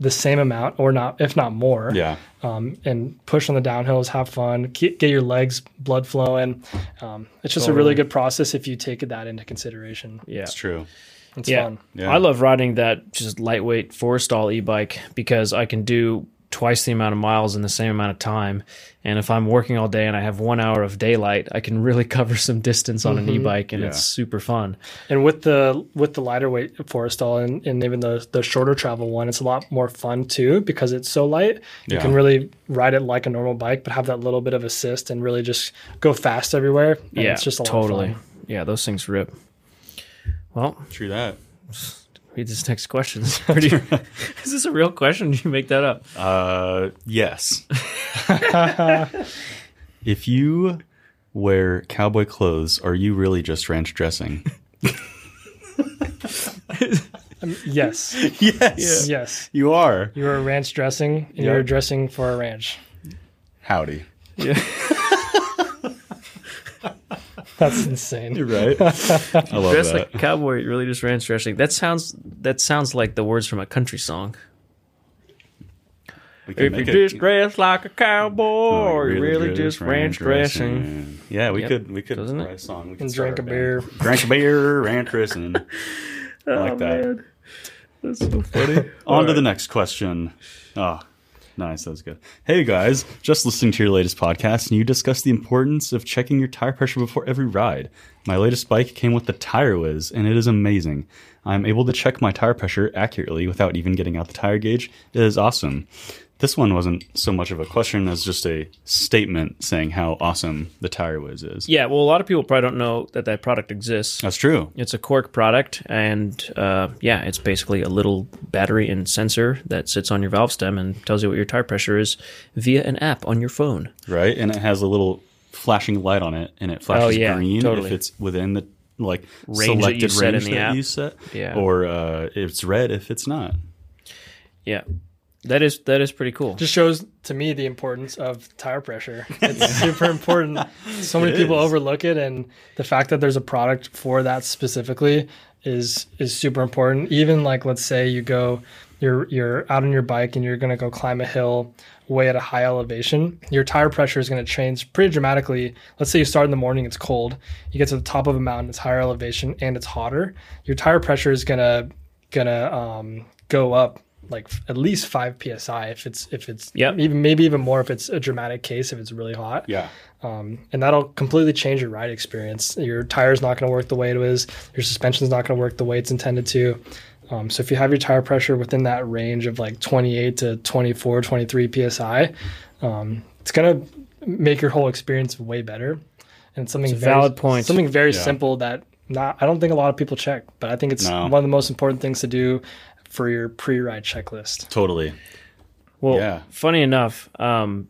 Speaker 3: the same amount or not if not more
Speaker 1: Yeah.
Speaker 3: um, and push on the downhills, have fun, get, get your legs blood flowing. Um, it's just a really good process if you take that into consideration.
Speaker 2: Yeah,
Speaker 1: It's true.
Speaker 3: It's fun.
Speaker 1: Yeah.
Speaker 2: I love riding that just lightweight four stall e bike because I can do twice the amount of miles in the same amount of time. And if I'm working all day and I have one hour of daylight, I can really cover some distance on an
Speaker 3: Mm-hmm.
Speaker 2: e bike and
Speaker 1: Yeah.
Speaker 2: it's super fun.
Speaker 3: And with the with the lighter weight Forestall and, and even the the shorter travel one, it's a lot more fun too because it's so light. You
Speaker 1: Yeah.
Speaker 3: can really ride it like a normal bike, but have that little bit of assist and really just go fast everywhere. And
Speaker 2: yeah,
Speaker 3: it's just a
Speaker 2: totally.
Speaker 3: lot of fun.
Speaker 2: Yeah, those things rip. Well,
Speaker 1: True that.
Speaker 2: read this next question. It's pretty- Is this a real question? Did you make that up?
Speaker 1: Uh, yes. if you wear cowboy clothes, are you really just ranch dressing?
Speaker 3: Yes,
Speaker 1: yes.
Speaker 3: yes.
Speaker 1: You are.
Speaker 3: You were ranch dressing, and you were
Speaker 1: Yep.
Speaker 3: dressing for a ranch.
Speaker 1: Howdy.
Speaker 3: That's insane.
Speaker 1: You're right. I love
Speaker 2: Dress
Speaker 1: that.
Speaker 2: like a cowboy, you really just ran stretching. That sounds that sounds like the words from a country song.
Speaker 1: We can make Oh, it-
Speaker 2: dress like a cowboy,
Speaker 1: Oh,
Speaker 2: you ranch
Speaker 1: Yeah, we
Speaker 2: Yep.
Speaker 1: could we could
Speaker 2: Doesn't it?
Speaker 1: write a song. We could
Speaker 3: And
Speaker 1: start
Speaker 3: drink a
Speaker 1: our
Speaker 3: beer.
Speaker 1: band. Drink a beer, ranch dressing. I
Speaker 2: Oh,
Speaker 1: like that.
Speaker 2: That's so funny.
Speaker 1: On to the next question. Ah, nice. That was good. Hey guys, just listening to your latest podcast, and you discussed the importance of checking your tire pressure before every ride. My latest bike came with the Tire Wiz, and it is amazing. I'm able to check my tire pressure accurately without even getting out the tire gauge. It is awesome. this one wasn't so much of a question as just a statement saying how awesome the Tire Whiz is.
Speaker 2: Yeah, well, a lot of people probably don't know that that product exists.
Speaker 1: That's true.
Speaker 2: It's a cork product, and uh, yeah, it's basically a little battery and sensor that sits on your valve stem and tells you what your tire pressure is via an app on your phone.
Speaker 1: Right? And it has a little flashing light on it and it flashes
Speaker 2: Oh, yeah,
Speaker 1: green
Speaker 2: totally.
Speaker 1: if it's within the like
Speaker 2: Range that you
Speaker 1: selected
Speaker 2: set in
Speaker 1: range
Speaker 2: the
Speaker 1: that
Speaker 2: app.
Speaker 1: you set.
Speaker 2: Yeah.
Speaker 1: Or uh, it's red if it's not.
Speaker 2: Yeah, that is that is pretty cool.
Speaker 3: Just shows to me the importance of tire pressure. It's super important. So many
Speaker 1: It
Speaker 3: people
Speaker 1: is.
Speaker 3: overlook it, and the fact that there's a product for that specifically is is super important. Even like let's say you go, you're you're out on your bike and you're gonna go climb a hill way at a high elevation. Your tire pressure is gonna change pretty dramatically. Let's say you start in the morning, it's cold. You get to the top of a mountain, it's higher elevation and it's hotter. Your tire pressure is gonna gonna um, go up like f- at least five psi if it's if it's
Speaker 2: Yep.
Speaker 3: even maybe even more if it's a dramatic case if it's really hot
Speaker 1: Yeah.
Speaker 3: um, and that'll completely change your ride experience your tire's not going to work the way it is your suspension's not going to work the way it's intended to um, so if you have your tire pressure within that range of like 28 to 24 23 psi um, it's going to make your whole experience way better and it's something
Speaker 2: It's a
Speaker 3: very-
Speaker 2: valid point.
Speaker 3: something very
Speaker 1: Yeah.
Speaker 3: simple that not I don't think a lot of people check, but I think it's
Speaker 1: No.
Speaker 3: one of the most important things to do for your pre-ride checklist.
Speaker 1: Totally.
Speaker 2: Well,
Speaker 1: Yeah.
Speaker 2: funny enough, um,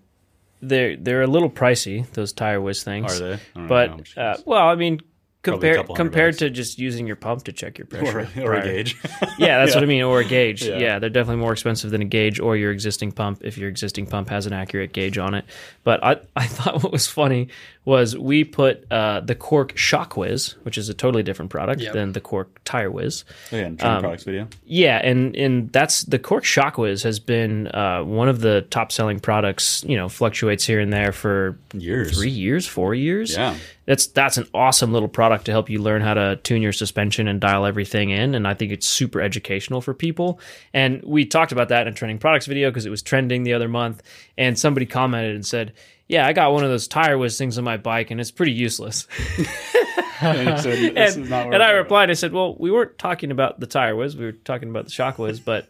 Speaker 2: they're they're a little pricey those tire whiz things.
Speaker 1: Are they? I don't know how much
Speaker 2: But
Speaker 1: it
Speaker 2: uh,
Speaker 1: is.
Speaker 2: well, I mean,
Speaker 1: Probably a
Speaker 2: compared
Speaker 1: couple hundred
Speaker 2: compared
Speaker 1: bucks.
Speaker 2: to just using your pump to check your pressure
Speaker 1: or, or
Speaker 2: prior-
Speaker 1: a gauge. Oh,
Speaker 2: Yeah, that's what I mean. Or a gauge.
Speaker 1: Yeah.
Speaker 2: Yeah. they're definitely more expensive than a gauge or your existing pump if your existing pump has an accurate gauge on it. But I, I thought what was funny was we put uh, the Cork Shock Whiz, which is a totally different product
Speaker 3: Yep.
Speaker 2: than the Cork Tire Whiz.
Speaker 1: Oh, yeah, in
Speaker 2: Um,
Speaker 1: Dream Products video.
Speaker 2: Yeah, and and that's the Cork Shock Whiz has been uh, one of the top selling products. You know, fluctuates here and there for
Speaker 1: Years.
Speaker 2: three years, four years.
Speaker 1: Yeah.
Speaker 2: That's that's an awesome little product to help you learn how to tune your suspension and dial everything in. And I think it's super educational for people. And we talked about that in a trending products video because it was trending the other month. And somebody commented and said, "Yeah, I got one of those tire whiz things on my bike, and it's pretty useless."
Speaker 1: and, it said, "This
Speaker 2: and,
Speaker 1: is not where
Speaker 2: and
Speaker 1: we're
Speaker 2: I
Speaker 1: going."
Speaker 2: replied, I said, "Well, we weren't talking about the tire whiz. We were talking about the shock whiz, but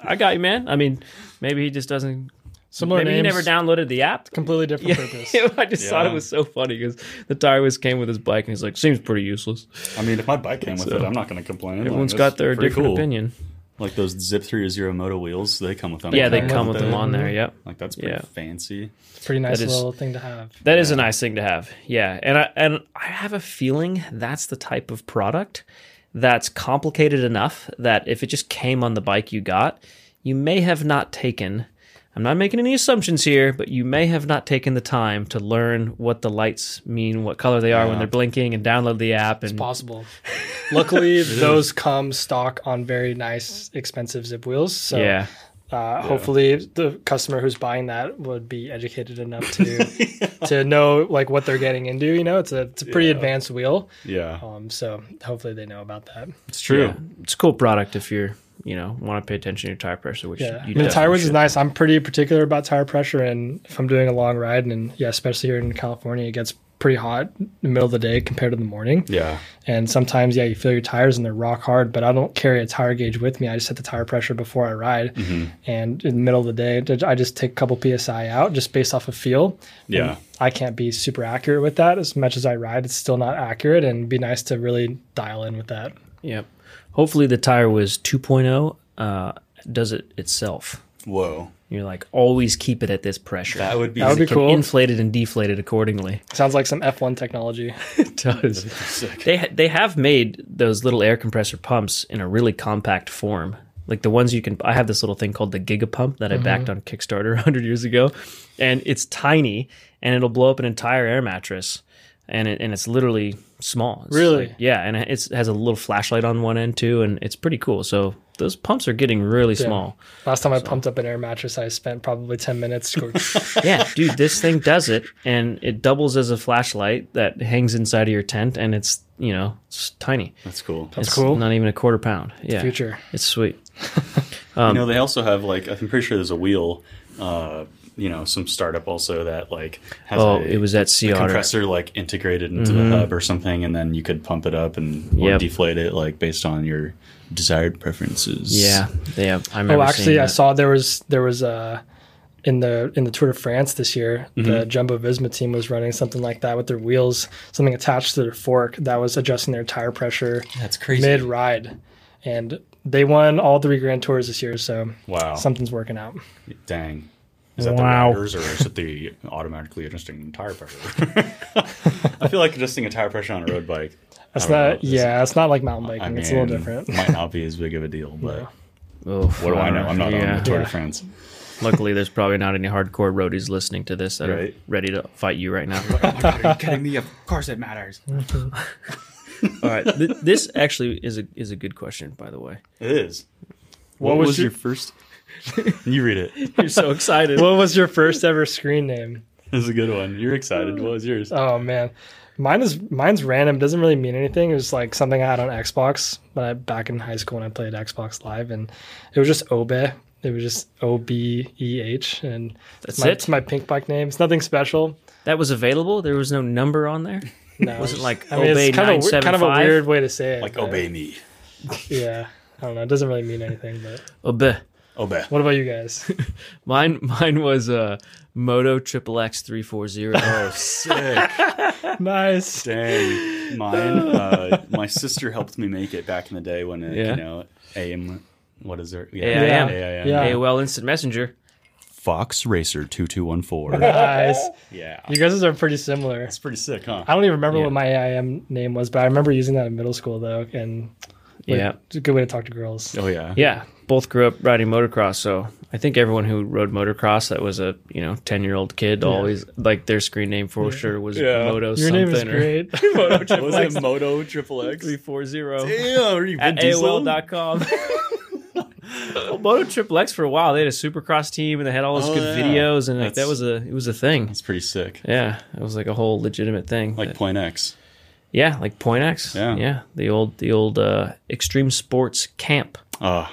Speaker 2: I got you, man. I mean, maybe he just doesn't.
Speaker 3: Similar
Speaker 2: maybe he
Speaker 3: names,
Speaker 2: never downloaded the app.
Speaker 3: completely different purpose.
Speaker 2: I just thought it
Speaker 1: Yeah.
Speaker 2: was so funny because the tire whiz came with his bike, and he's like, "Seems pretty useless.
Speaker 1: I mean, if my bike came with
Speaker 2: So-
Speaker 1: it, I'm not going to complain. Like,
Speaker 2: Everyone's
Speaker 1: that's
Speaker 2: got their
Speaker 1: pretty
Speaker 2: different
Speaker 1: cool.
Speaker 2: opinion.
Speaker 1: Like those Zip 3 Zero Moto wheels, they come with them.
Speaker 2: Yeah, they
Speaker 1: on
Speaker 2: come
Speaker 1: there.
Speaker 2: with them on there. Yep."
Speaker 1: Like that's pretty
Speaker 2: Yeah.
Speaker 1: fancy.
Speaker 3: It's a pretty nice
Speaker 2: That is-
Speaker 3: little thing to have.
Speaker 2: That is a nice thing to have. Yeah. And I and I have a feeling that's the type of product that's complicated enough that if it just came on the bike you got, you may have not taken I'm not making any assumptions here, but you may have not taken the time to learn what the lights mean, what color they are when
Speaker 1: Yeah.
Speaker 2: they're blinking, and download the app. And
Speaker 3: Possible. Luckily, those come stock on very nice, expensive zip wheels. So
Speaker 2: yeah,
Speaker 3: uh, hopefully, the customer who's buying that would be educated enough to to know like what they're getting into. You know, it's a it's a pretty
Speaker 1: Yeah.
Speaker 3: advanced wheel.
Speaker 1: Yeah,
Speaker 3: Um, so hopefully they know about that.
Speaker 1: it's true.
Speaker 2: Yeah. it's a cool product if you're you know want to pay attention to your tire pressure, which
Speaker 3: Yeah, I
Speaker 2: you
Speaker 3: mean, the tire
Speaker 2: definitely
Speaker 3: whiz is
Speaker 2: should.
Speaker 3: nice. I'm pretty particular about tire pressure, and if I'm doing a long ride, and yeah, especially here in California, it gets pretty hot in the middle of the day compared to the morning.
Speaker 1: Yeah,
Speaker 3: And sometimes, yeah, you feel your tires and they're rock hard. But I don't carry a tire gauge with me. I just set the tire pressure before I ride, and in the middle of the day, I just take a couple psi out just based off of feel.
Speaker 1: yeah,
Speaker 3: I can't be super accurate with that as much as I ride. It's still not accurate, and it'd be nice to really dial in with that.
Speaker 2: Yep. Hopefully the tire whiz 2.0 uh, does it itself.
Speaker 1: Whoa,
Speaker 2: You're like, always keep it at this pressure.
Speaker 1: that would be.
Speaker 3: That would be
Speaker 2: Can
Speaker 3: cool.
Speaker 2: inflate it and deflate it accordingly.
Speaker 3: Sounds like some F1 technology.
Speaker 2: It does. They ha- they have made those little air compressor pumps in a really compact form. Like the ones you can, I have this little thing called the Gigapump that I backed on Kickstarter 100 years ago, and it's tiny and it'll blow up an entire air mattress, and it, and it's literally small. It's
Speaker 3: Really?
Speaker 2: like- yeah, and it's, it has a little flashlight on one end too, and it's pretty cool. So those pumps are getting really small.
Speaker 3: Last time I pumped up an air mattress, I spent probably 10 minutes. going,
Speaker 2: yeah, dude, this thing does it, and it doubles as a flashlight that hangs inside of your tent, and it's you know it's tiny.
Speaker 1: That's cool.
Speaker 2: it's
Speaker 3: cool.
Speaker 2: Not even a quarter pound. Yeah,
Speaker 3: future.
Speaker 2: It's sweet. Um,
Speaker 1: you know, they also have like I'm pretty sure there's a wheel. Uh, you know, some startup also that like has
Speaker 2: Oh,
Speaker 1: a,
Speaker 2: it was at Sea
Speaker 1: a
Speaker 2: Otter.
Speaker 1: compressor like integrated into the hub or something, and then you could pump it up and or
Speaker 2: Yep.
Speaker 1: deflate it like based on your desired preferences.
Speaker 2: Yeah, they have. I remember.
Speaker 3: Oh,
Speaker 2: seeing
Speaker 3: actually, I
Speaker 2: that.
Speaker 3: saw there was there was a in the in the Tour de France this year,
Speaker 1: Mm-hmm.
Speaker 3: the Jumbo Visma team was running something like that with their wheels, something attached to their fork that was adjusting their tire pressure
Speaker 4: That's crazy.
Speaker 3: mid ride, and they won all three Grand Tours this year. So
Speaker 1: Wow.
Speaker 3: something's working out.
Speaker 1: Dang. Is that
Speaker 2: Wow.
Speaker 1: the riders or is it the automatically adjusting tire pressure? I feel like adjusting a tire pressure on a road bike.
Speaker 3: That's
Speaker 1: I don't know.
Speaker 3: not yeah, it's not like mountain biking.
Speaker 1: I
Speaker 3: it's a little
Speaker 1: mean,
Speaker 3: different.
Speaker 1: might not be as big of a deal, but
Speaker 2: Oh,
Speaker 1: what do I know? I'm not on the Tour
Speaker 3: Yeah.
Speaker 1: de France.
Speaker 2: Luckily, there's probably not any hardcore roadies listening to this that
Speaker 1: Right.
Speaker 2: are ready to fight you right now.
Speaker 4: Oh my God, are you kidding me? Of course it matters.
Speaker 2: All right, Th- this actually is a is a good question, by the way.
Speaker 1: It is. What,
Speaker 2: was
Speaker 1: was,
Speaker 2: your-
Speaker 1: your first? you read it.
Speaker 2: You're so excited.
Speaker 3: what was your first ever screen name?
Speaker 1: This is a good one. You're excited. What was yours?
Speaker 3: Oh man, mine is mine's random. Doesn't really mean anything. It was like something I had on Xbox, but I, back in high school when I played Xbox Live, and it was just Obe. It was just O B E H, and
Speaker 2: That's
Speaker 3: my,
Speaker 2: it?
Speaker 3: It's my pink bike name. It's nothing special.
Speaker 2: that was available. There was no number on there.
Speaker 3: No,
Speaker 2: Was it like
Speaker 3: I mean,
Speaker 2: obey
Speaker 3: it's kind
Speaker 2: nine
Speaker 3: of, a-
Speaker 2: seven
Speaker 3: kind of a
Speaker 2: five?
Speaker 3: weird way to say it.
Speaker 1: like
Speaker 3: but
Speaker 1: obey me.
Speaker 3: Yeah, I don't know. It doesn't really mean anything. But
Speaker 2: Obey.
Speaker 1: Obey.
Speaker 3: what about you guys?
Speaker 2: Mine mine was uh, Moto Triple X three four zero.
Speaker 1: Oh, sick.
Speaker 3: nice.
Speaker 1: Dang, mine. Uh, my sister helped me make it back in the day when it,
Speaker 2: Yeah.
Speaker 1: you know AIM. What is it?
Speaker 2: AIM.
Speaker 1: AIM.
Speaker 3: Yeah.
Speaker 2: AOL Instant Messenger.
Speaker 1: Fox Racer two two one four.
Speaker 3: Nice.
Speaker 1: Yeah,
Speaker 3: You guys are pretty similar.
Speaker 1: that's pretty sick, huh?
Speaker 3: I don't even remember
Speaker 2: Yeah.
Speaker 3: what my AIM name was, but I remember using that in middle school though, and like,
Speaker 2: Yeah.
Speaker 3: it's a good way to talk to girls.
Speaker 1: Oh yeah.
Speaker 2: Yeah, both grew up riding motocross, so I think everyone who rode motocross that was a you know ten year old kid always like their screen name for sure was
Speaker 1: Yeah.
Speaker 2: Moto
Speaker 3: Your
Speaker 2: something
Speaker 3: name is
Speaker 2: or
Speaker 3: great.
Speaker 1: Was it Moto Triple X?
Speaker 2: three four zero
Speaker 1: Damn, are you Vin
Speaker 2: at
Speaker 1: Diesel?
Speaker 2: AOL.com. well, Moto Triple X for a while they had a supercross team and they had all those
Speaker 1: Oh,
Speaker 2: good
Speaker 1: yeah.
Speaker 2: videos and like that
Speaker 1: That's-
Speaker 2: was a it was a thing.
Speaker 1: That's pretty sick.
Speaker 2: Yeah, it was like a whole legitimate thing.
Speaker 1: Like Point X.
Speaker 2: yeah, like Point X.
Speaker 1: Yeah.
Speaker 2: yeah, the old the old uh, extreme sports camp.
Speaker 1: Ah,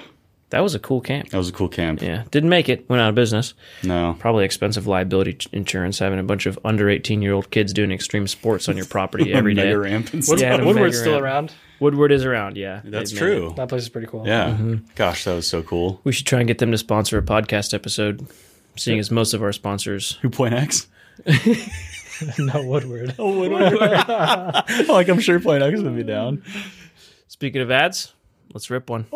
Speaker 2: That was a cool camp.
Speaker 1: that was a cool camp.
Speaker 2: Yeah, didn't make it. Went out of business.
Speaker 1: No,
Speaker 2: probably expensive liability t- insurance having a bunch of under 18 year old kids doing extreme sports on your property every
Speaker 1: Mega
Speaker 2: day.
Speaker 1: ramp and
Speaker 3: Wood-
Speaker 1: stuff.
Speaker 2: Yeah, the
Speaker 3: Woodward's
Speaker 2: Megara.
Speaker 3: still around.
Speaker 2: Woodward is around, yeah.
Speaker 1: That's
Speaker 2: They've made it. Mm-hmm.
Speaker 1: true.
Speaker 3: That place is pretty cool.
Speaker 1: Yeah. Gosh, that was so cool.
Speaker 2: We should try and get them to sponsor a podcast episode, seeing as most of our sponsors.
Speaker 1: Who Point X?
Speaker 3: Not Woodward.
Speaker 1: Oh, like I'm sure Point X would be down.
Speaker 2: Speaking of ads, let's rip one.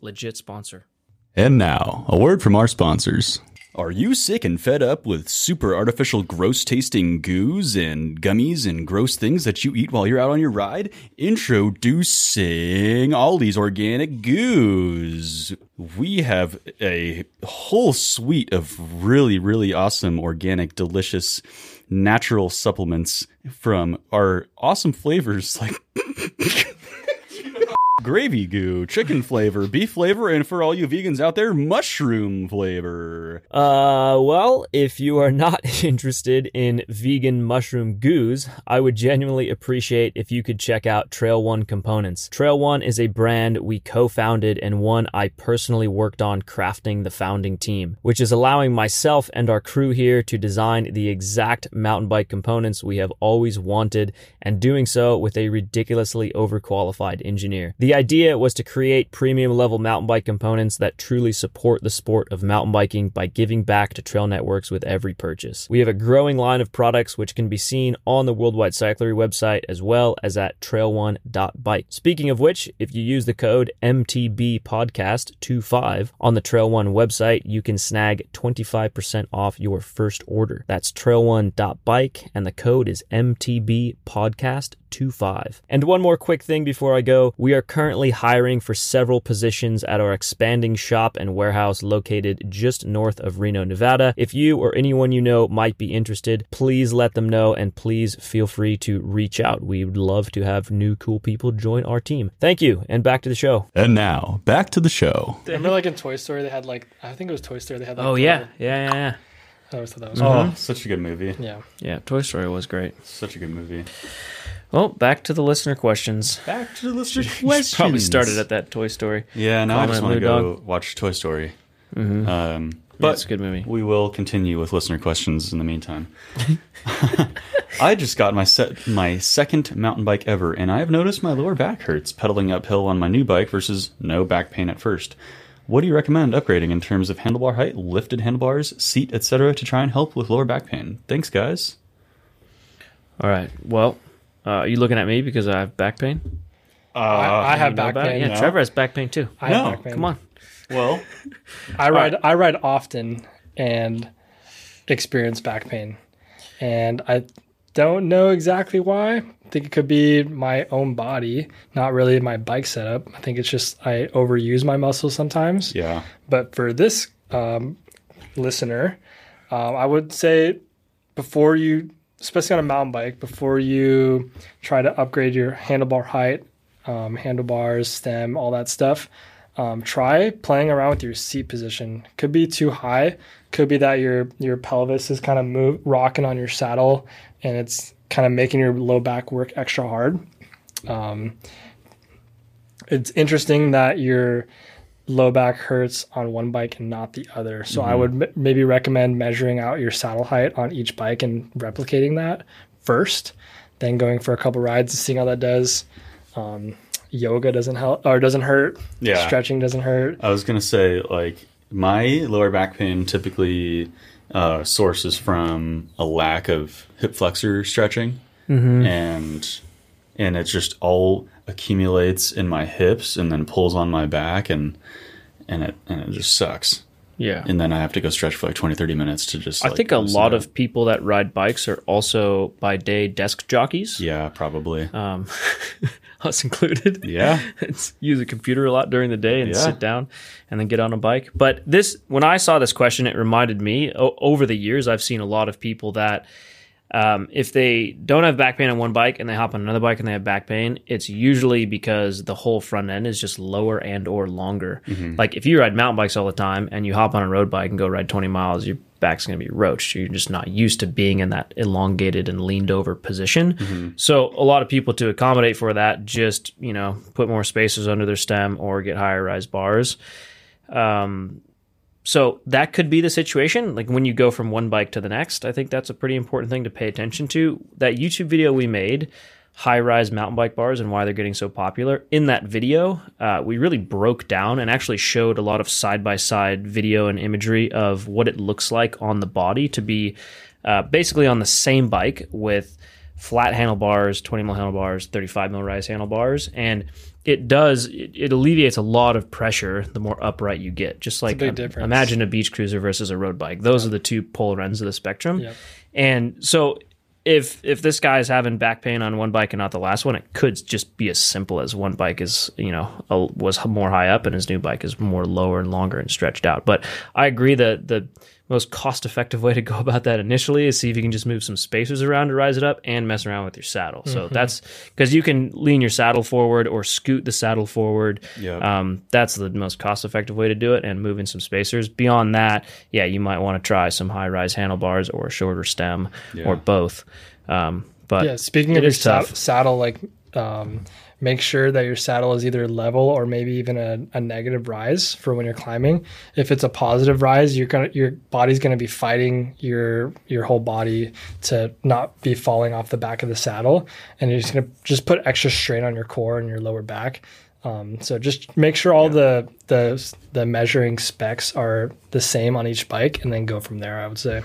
Speaker 2: Legit sponsor.
Speaker 1: And now, a word from our sponsors. Are you sick and fed up with super artificial, gross tasting goos and gummies and gross things that you eat while you're out on your ride? Introducing Ollie's Organic Goos. We have a whole suite of really, really awesome, organic, delicious, natural supplements from our awesome flavors like gravy goo, chicken flavor, beef flavor, and for all you vegans out there, mushroom flavor.
Speaker 5: Uh, well, if you are not interested in vegan mushroom goos, I would genuinely appreciate if you could check out Trail One Components. Trail One is a brand we co founded and one I personally worked on crafting the founding team, which is allowing myself and our crew here to design the exact mountain bike components we have always wanted and doing so with a ridiculously overqualified engineer. The idea was to create premium level mountain bike components that truly support the sport of mountain biking by giving back to trail networks with every purchase. We have a growing line of products which can be seen on the Worldwide Cyclery website as well as at trail1.bike. Speaking of which, if you use the code MTB podcast25 on the Trail One website, you can snag 25% off your first order. That's trail1.bike and the code is MTB podcast 25. And one more quick thing before I go, we are currently hiring for several positions at our expanding shop and warehouse located just north of Reno, Nevada. If you or anyone you know might be interested, please let them know and please feel free to reach out. We would love to have new cool people join our team. Thank you and back to the show.
Speaker 1: And now, back to the show.
Speaker 3: Remember, like in Toy Story, they had like I think it was Toy Story. They had like
Speaker 2: Oh,
Speaker 3: the-
Speaker 2: yeah. Mm. Yeah, yeah, yeah.
Speaker 3: I always thought that was
Speaker 1: Oh, such a good movie.
Speaker 3: cool. yeah.
Speaker 2: Yeah, Toy Story was great.
Speaker 1: Such a good movie.
Speaker 2: Well, back to the listener questions.
Speaker 1: Back to the list of
Speaker 2: Probably started at that Toy Story.
Speaker 1: Yeah, now I just want
Speaker 2: Comment,
Speaker 1: to
Speaker 2: Lou
Speaker 1: go watch Toy Story. Um, but
Speaker 2: it's a good movie.
Speaker 1: We will continue with listener questions in the meantime. I just got my set my second mountain bike ever, and I have noticed my lower back hurts pedaling uphill on my new bike versus no back pain at first. What do you recommend upgrading in terms of handlebar height, lifted handlebars, seat, etc., to try and help with lower back pain? Thanks, guys.
Speaker 2: All right. Well, uh, are you looking at me because I have back pain?
Speaker 3: I, I have
Speaker 2: Uh, You know
Speaker 3: back
Speaker 2: about it?
Speaker 3: pain.
Speaker 2: Yeah,
Speaker 1: no.
Speaker 2: Trevor has back pain too.
Speaker 3: I have
Speaker 1: No,
Speaker 3: back pain.
Speaker 2: Come on.
Speaker 1: Well,
Speaker 3: I ride I ride often and experience back pain. And I don't know exactly why. I think it could be my own body, not really my bike setup. I think it's just I overuse my muscles sometimes.
Speaker 1: yeah.
Speaker 3: But for this um, listener, um, I would say before you, especially on a mountain bike, before you try to upgrade your handlebar height, um, handlebars, stem, all that stuff, um, try playing around with your seat position. Could be too high. Could be that your your pelvis is kind of move, rocking on your saddle, and it's kind of making your low back work extra hard. Um, it's interesting that your low back hurts on one bike and not the other. So I would m- maybe recommend measuring out your saddle height on each bike and replicating that first, then going for a couple rides and seeing how that does. Um, yoga doesn't help or doesn't hurt.
Speaker 1: Yeah.
Speaker 3: Stretching doesn't hurt.
Speaker 1: I was gonna say like my lower back pain typically uh, sources from a lack of hip flexor stretching,
Speaker 2: Mm-hmm.
Speaker 1: and and it just all accumulates in my hips and then pulls on my back and and it and it just sucks.
Speaker 2: Yeah.
Speaker 1: And then I have to go stretch for like 20, 30 minutes to just.
Speaker 2: I
Speaker 1: like,
Speaker 2: think a
Speaker 1: loosen
Speaker 2: lot
Speaker 1: it up.
Speaker 2: of people that ride bikes are also by day desk jockeys,
Speaker 1: yeah, probably
Speaker 2: um, us included.
Speaker 1: yeah.
Speaker 2: It's- use a computer a lot during the day and
Speaker 1: Yeah.
Speaker 2: sit down and then get on a bike. But this, when I saw this question, it reminded me o- over the years, I've seen a lot of people that um, if they don't have back pain on one bike and they hop on another bike and they have back pain, it's usually because the whole front end is just lower and or longer. Like if you ride mountain bikes all the time and you hop on a road bike and go ride 20 miles, your back's going to be roached. You're just not used to being in that elongated and leaned over position. So a lot of people to accommodate for that just, you know, put more spacers under their stem or get higher rise bars. So that could be the situation. Like when you go from one bike to the next, I think that's a pretty important thing to pay attention to. That YouTube video we made, high rise mountain bike bars and why they're getting so popular. In that video, uh, we really broke down and actually showed a lot of side by side video and imagery of what it looks like on the body to be uh, basically on the same bike with flat handlebars, 20 mil handlebars, 35 mil rise handlebars. And it does, it, it alleviates a lot of pressure the more upright you get. Just like
Speaker 3: big
Speaker 2: um,
Speaker 3: difference.
Speaker 2: imagine a beach cruiser versus a road bike. Those are the two polar ends of the spectrum.
Speaker 3: Yep.
Speaker 2: And so if if this guy's having back pain on one bike and not the last one, it could just be as simple as one bike is, you know, a, was more high up and his new bike is more lower and longer and stretched out. But I agree that the most cost effective way to go about that initially is see if you can just move some spacers around to rise it up and mess around with your saddle. So that's because you can lean your saddle forward or scoot the saddle forward.
Speaker 1: Yeah.
Speaker 2: Um, that's the most cost effective way to do it and move in some spacers. Beyond that, yeah, you might want to try some high rise handlebars or a shorter stem or both. Um, but
Speaker 3: Yeah. Speaking
Speaker 2: it
Speaker 3: of your
Speaker 2: is tough.
Speaker 3: sa- saddle, like um, make sure that your saddle is either level or maybe even a, a negative rise for when you're climbing. If it's a positive rise, you're gonna your body's gonna be fighting your your whole body to not be falling off the back of the saddle, and you're just gonna just put extra strain on your core and your lower back. Um, so just make sure all the the the measuring specs are the same on each bike, and then go from there. I would say.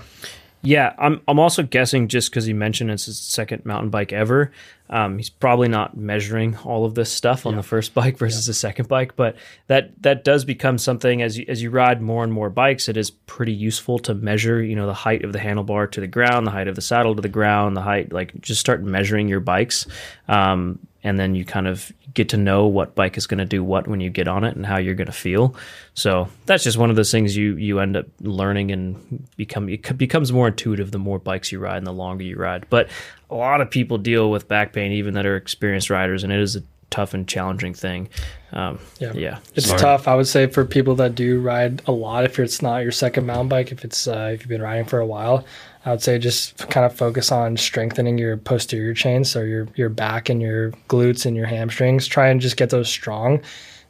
Speaker 2: Yeah, I'm. I'm also guessing just because he mentioned it's his second mountain bike ever, um, he's probably not measuring all of this stuff on the first bike versus the second bike. But that that does become something as you, as you ride more and more bikes, it is pretty useful to measure. You know, the height of the handlebar to the ground, the height of the saddle to the ground, the height. Like just start measuring your bikes, um, and then you kind of get to know what bike is going to do what when you get on it and how you're going to feel. So that's just one of those things you you end up learning and become it c- becomes more intuitive the more bikes you ride and the longer you ride. But a lot of people deal with back pain even that are experienced riders, and it is a tough and challenging thing. Um, yeah.
Speaker 3: Yeah.
Speaker 2: yeah.
Speaker 3: It's tough, I would say, for people that do ride a lot. If it's not your second mountain bike, if it's uh, if you've been riding for a while, I would say just f- kind of focus on strengthening your posterior chain, so your your back and your glutes and your hamstrings. Try and just get those strong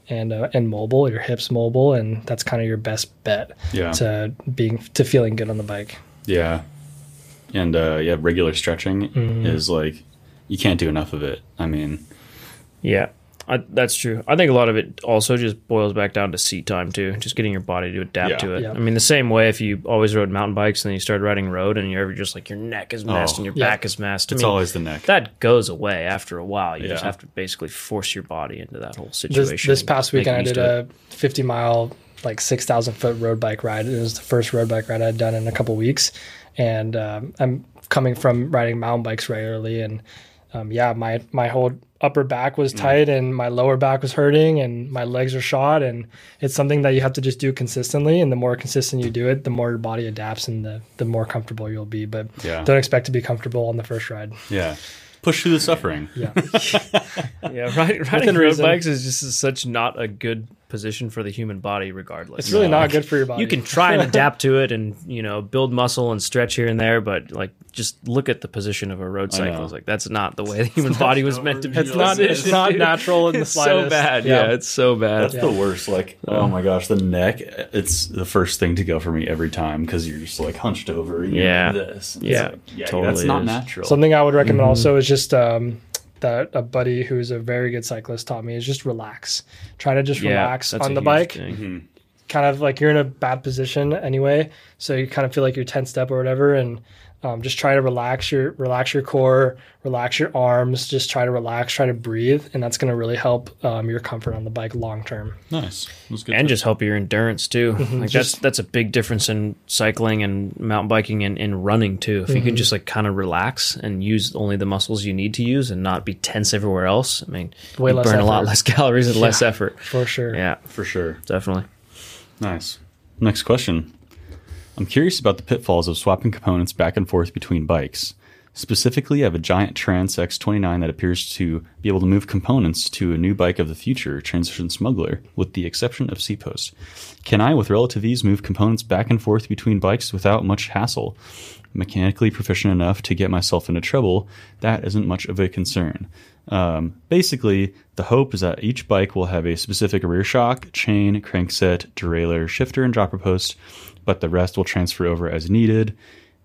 Speaker 3: and uh, and mobile. Your hips mobile, and that's kind of your best bet
Speaker 1: Yeah.
Speaker 3: to being to feeling good on the bike.
Speaker 1: Yeah. And uh, yeah,
Speaker 2: Mm-hmm.
Speaker 1: regular stretching is like you can't do enough of it. I mean,
Speaker 2: Yeah. I, that's true. I think a lot of it also just boils back down to seat time too, just getting your body to adapt
Speaker 1: Yeah.
Speaker 2: to it.
Speaker 3: Yeah.
Speaker 2: I mean, the same way if you always rode mountain bikes and then you started riding road and you're ever just like your neck is messed
Speaker 1: Oh.
Speaker 2: and your
Speaker 3: Yeah.
Speaker 2: back is messed. I
Speaker 1: It's
Speaker 2: mean,
Speaker 1: always the neck.
Speaker 2: that goes away after a while. You just
Speaker 1: Yeah.
Speaker 2: have to basically force your body into that whole situation.
Speaker 3: This, this
Speaker 2: and
Speaker 3: past
Speaker 2: make
Speaker 3: weekend, I
Speaker 2: used
Speaker 3: did
Speaker 2: to it.
Speaker 3: a 50 mile, like 6,000 foot road bike ride. It was the first road bike ride I'd done in a couple weeks. And um, I'm coming from riding mountain bikes regularly. And um, yeah, my, my whole upper back
Speaker 2: Mm.
Speaker 3: was tight and my lower back was hurting and my legs are shot. And it's something that you have to just do consistently. And the more consistent you do it, the more your body adapts and the, the more comfortable you'll be. But
Speaker 1: Yeah.
Speaker 3: don't expect to be comfortable on the first ride.
Speaker 1: Yeah. Push through the suffering.
Speaker 3: Yeah.
Speaker 2: yeah, ride, riding road
Speaker 3: reason.
Speaker 2: bikes is just such not a good position for the human body, regardless.
Speaker 3: It's really not good for your body.
Speaker 2: you can try and adapt to it and you know build muscle and stretch here and there but like just look at the position of a road
Speaker 1: I
Speaker 2: cycle
Speaker 1: know.
Speaker 2: it's like that's not the way the human body was meant to be
Speaker 3: It's not. It's
Speaker 2: positioned,
Speaker 3: not
Speaker 2: dude.
Speaker 3: natural in the
Speaker 2: it's
Speaker 3: slightest.
Speaker 2: so bad yeah. it's so bad
Speaker 1: That's the worst. Like, oh my gosh, the neck. It's the first thing to go for me every time because you're just like hunched over. and you're
Speaker 2: Yeah.
Speaker 1: This. It's
Speaker 2: Yeah.
Speaker 1: like, yeah.
Speaker 2: Totally
Speaker 1: that's not
Speaker 2: is.
Speaker 1: natural.
Speaker 3: Something I would recommend also is just um, that a buddy who's a very good cyclist taught me is just relax. Try to just relax
Speaker 2: that's a
Speaker 3: on the
Speaker 2: huge
Speaker 3: bike.
Speaker 2: thing.
Speaker 1: Mm-hmm.
Speaker 3: Kind of like you're in a bad position anyway, so you kind of feel like you're tensed up or whatever, and um, just try to relax your relax your core, relax your arms. Just try to relax, try to breathe, and that's going to really help um, your comfort on the bike long term.
Speaker 1: nice. That's good.
Speaker 2: and just help your endurance too. Like
Speaker 3: Mm-hmm. Just-
Speaker 2: that's that's a big difference in cycling and mountain biking and, and running too. If you
Speaker 3: Mm-hmm.
Speaker 2: can just like kind of relax and use only the muscles you need to use and not be tense everywhere else. I mean,
Speaker 3: Way
Speaker 2: you
Speaker 3: less
Speaker 2: burn a lot
Speaker 3: effort.
Speaker 2: less calories and less effort.
Speaker 3: For sure.
Speaker 2: Yeah,
Speaker 1: for sure.
Speaker 2: definitely.
Speaker 1: Nice. Next question. I'm curious about the pitfalls of swapping components back and forth between bikes. Specifically, I have a giant Trans X29 that appears to be able to move components to a new bike of the future, Transition Smuggler, with the exception of C-Post. Can I, with relative ease, move components back and forth between bikes without much hassle? Mechanically proficient enough to get myself into trouble, that isn't much of a concern. Um, basically, the hope is that each bike will have a specific rear shock, chain, crankset, derailleur, shifter, and dropper post, but the rest will transfer over as needed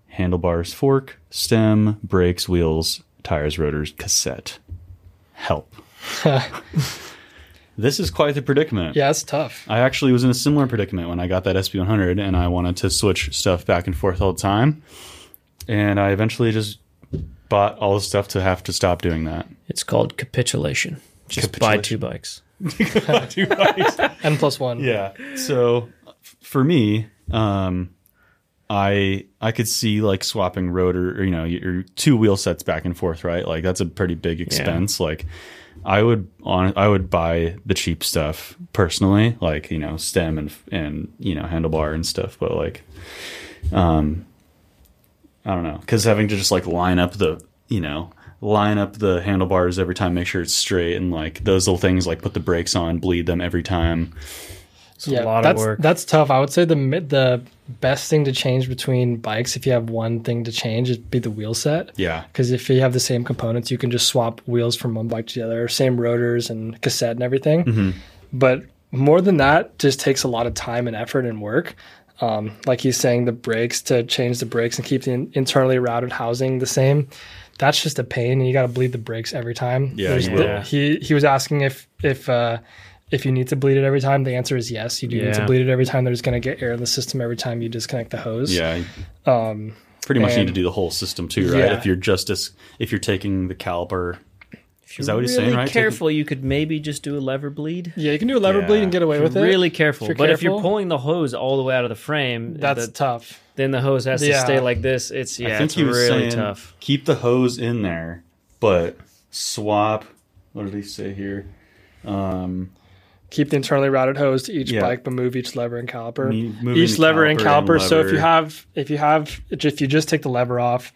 Speaker 1: handlebars, fork, stem, brakes, wheels, tires, rotors, cassette. Help. this is quite the predicament.
Speaker 3: Yeah, it's tough.
Speaker 1: I actually was in a similar predicament when I got that SB100 and I wanted to switch stuff back and forth all the time. And I eventually just bought all the stuff to have to stop doing that.
Speaker 2: It's called capitulation. Just buy two bikes.
Speaker 3: N plus one.
Speaker 1: yeah so f- for me um i i could see like swapping rotor or you know your two wheel sets back and forth right like that's a pretty big expense like i would on i would buy the cheap stuff personally like you know stem and and you know handlebar and stuff but like um i don't know because having to just like line up the you know line up the handlebars every time make sure it's straight and like those little things like put the brakes on bleed them every time
Speaker 2: It's a lot
Speaker 3: that's,
Speaker 2: of work.
Speaker 3: That's tough. I would say the mi- the best thing to change between bikes, if you have one thing to change, it'd be the wheel set.
Speaker 1: yeah
Speaker 3: Because if you have the same components, you can just swap wheels from one bike to the other, same rotors and cassette and everything.
Speaker 1: Mm-hmm.
Speaker 3: But more than that, just takes a lot of time and effort and work. Um, like he's saying, the brakes to change the brakes and keep the in- internally routed housing the same. That's just a pain, and you got to bleed the brakes every time.
Speaker 1: Yeah,
Speaker 3: There's
Speaker 1: you
Speaker 3: the-
Speaker 2: will.
Speaker 3: he he was asking if if uh, if you need to bleed it every time. The answer is yes. You do need to
Speaker 2: Yeah.
Speaker 3: bleed it every time. There's going to get air in the system every time you disconnect the hose.
Speaker 1: Yeah. Um, pretty much need
Speaker 3: and-
Speaker 1: to do the whole system too, right?
Speaker 3: Yeah.
Speaker 1: If you're just as, if you're taking the caliper,
Speaker 2: If
Speaker 1: is that what he's saying, right?
Speaker 2: Careful, you could maybe just do a lever bleed.
Speaker 3: Yeah, you can do a lever
Speaker 1: Yeah.
Speaker 3: bleed and get away with it.
Speaker 2: Really careful,
Speaker 3: you're
Speaker 2: but if you're
Speaker 3: careful-
Speaker 2: pulling the hose all the way out of the frame,
Speaker 3: That's
Speaker 2: the-
Speaker 3: tough.
Speaker 2: then the hose has to
Speaker 3: Yeah.
Speaker 2: stay like this. It's yeah,
Speaker 1: I think
Speaker 2: it's
Speaker 1: he was
Speaker 2: really
Speaker 1: saying
Speaker 2: tough.
Speaker 1: keep the hose in there, but swap. What did he say here? Um,
Speaker 3: keep the internally routed hose to each
Speaker 1: Yeah.
Speaker 3: bike but move each lever and caliper
Speaker 1: Me- moving
Speaker 3: each
Speaker 1: the
Speaker 3: lever and
Speaker 1: caliper and
Speaker 3: caliper so if you
Speaker 1: lever.
Speaker 3: have if you have if you just take the lever off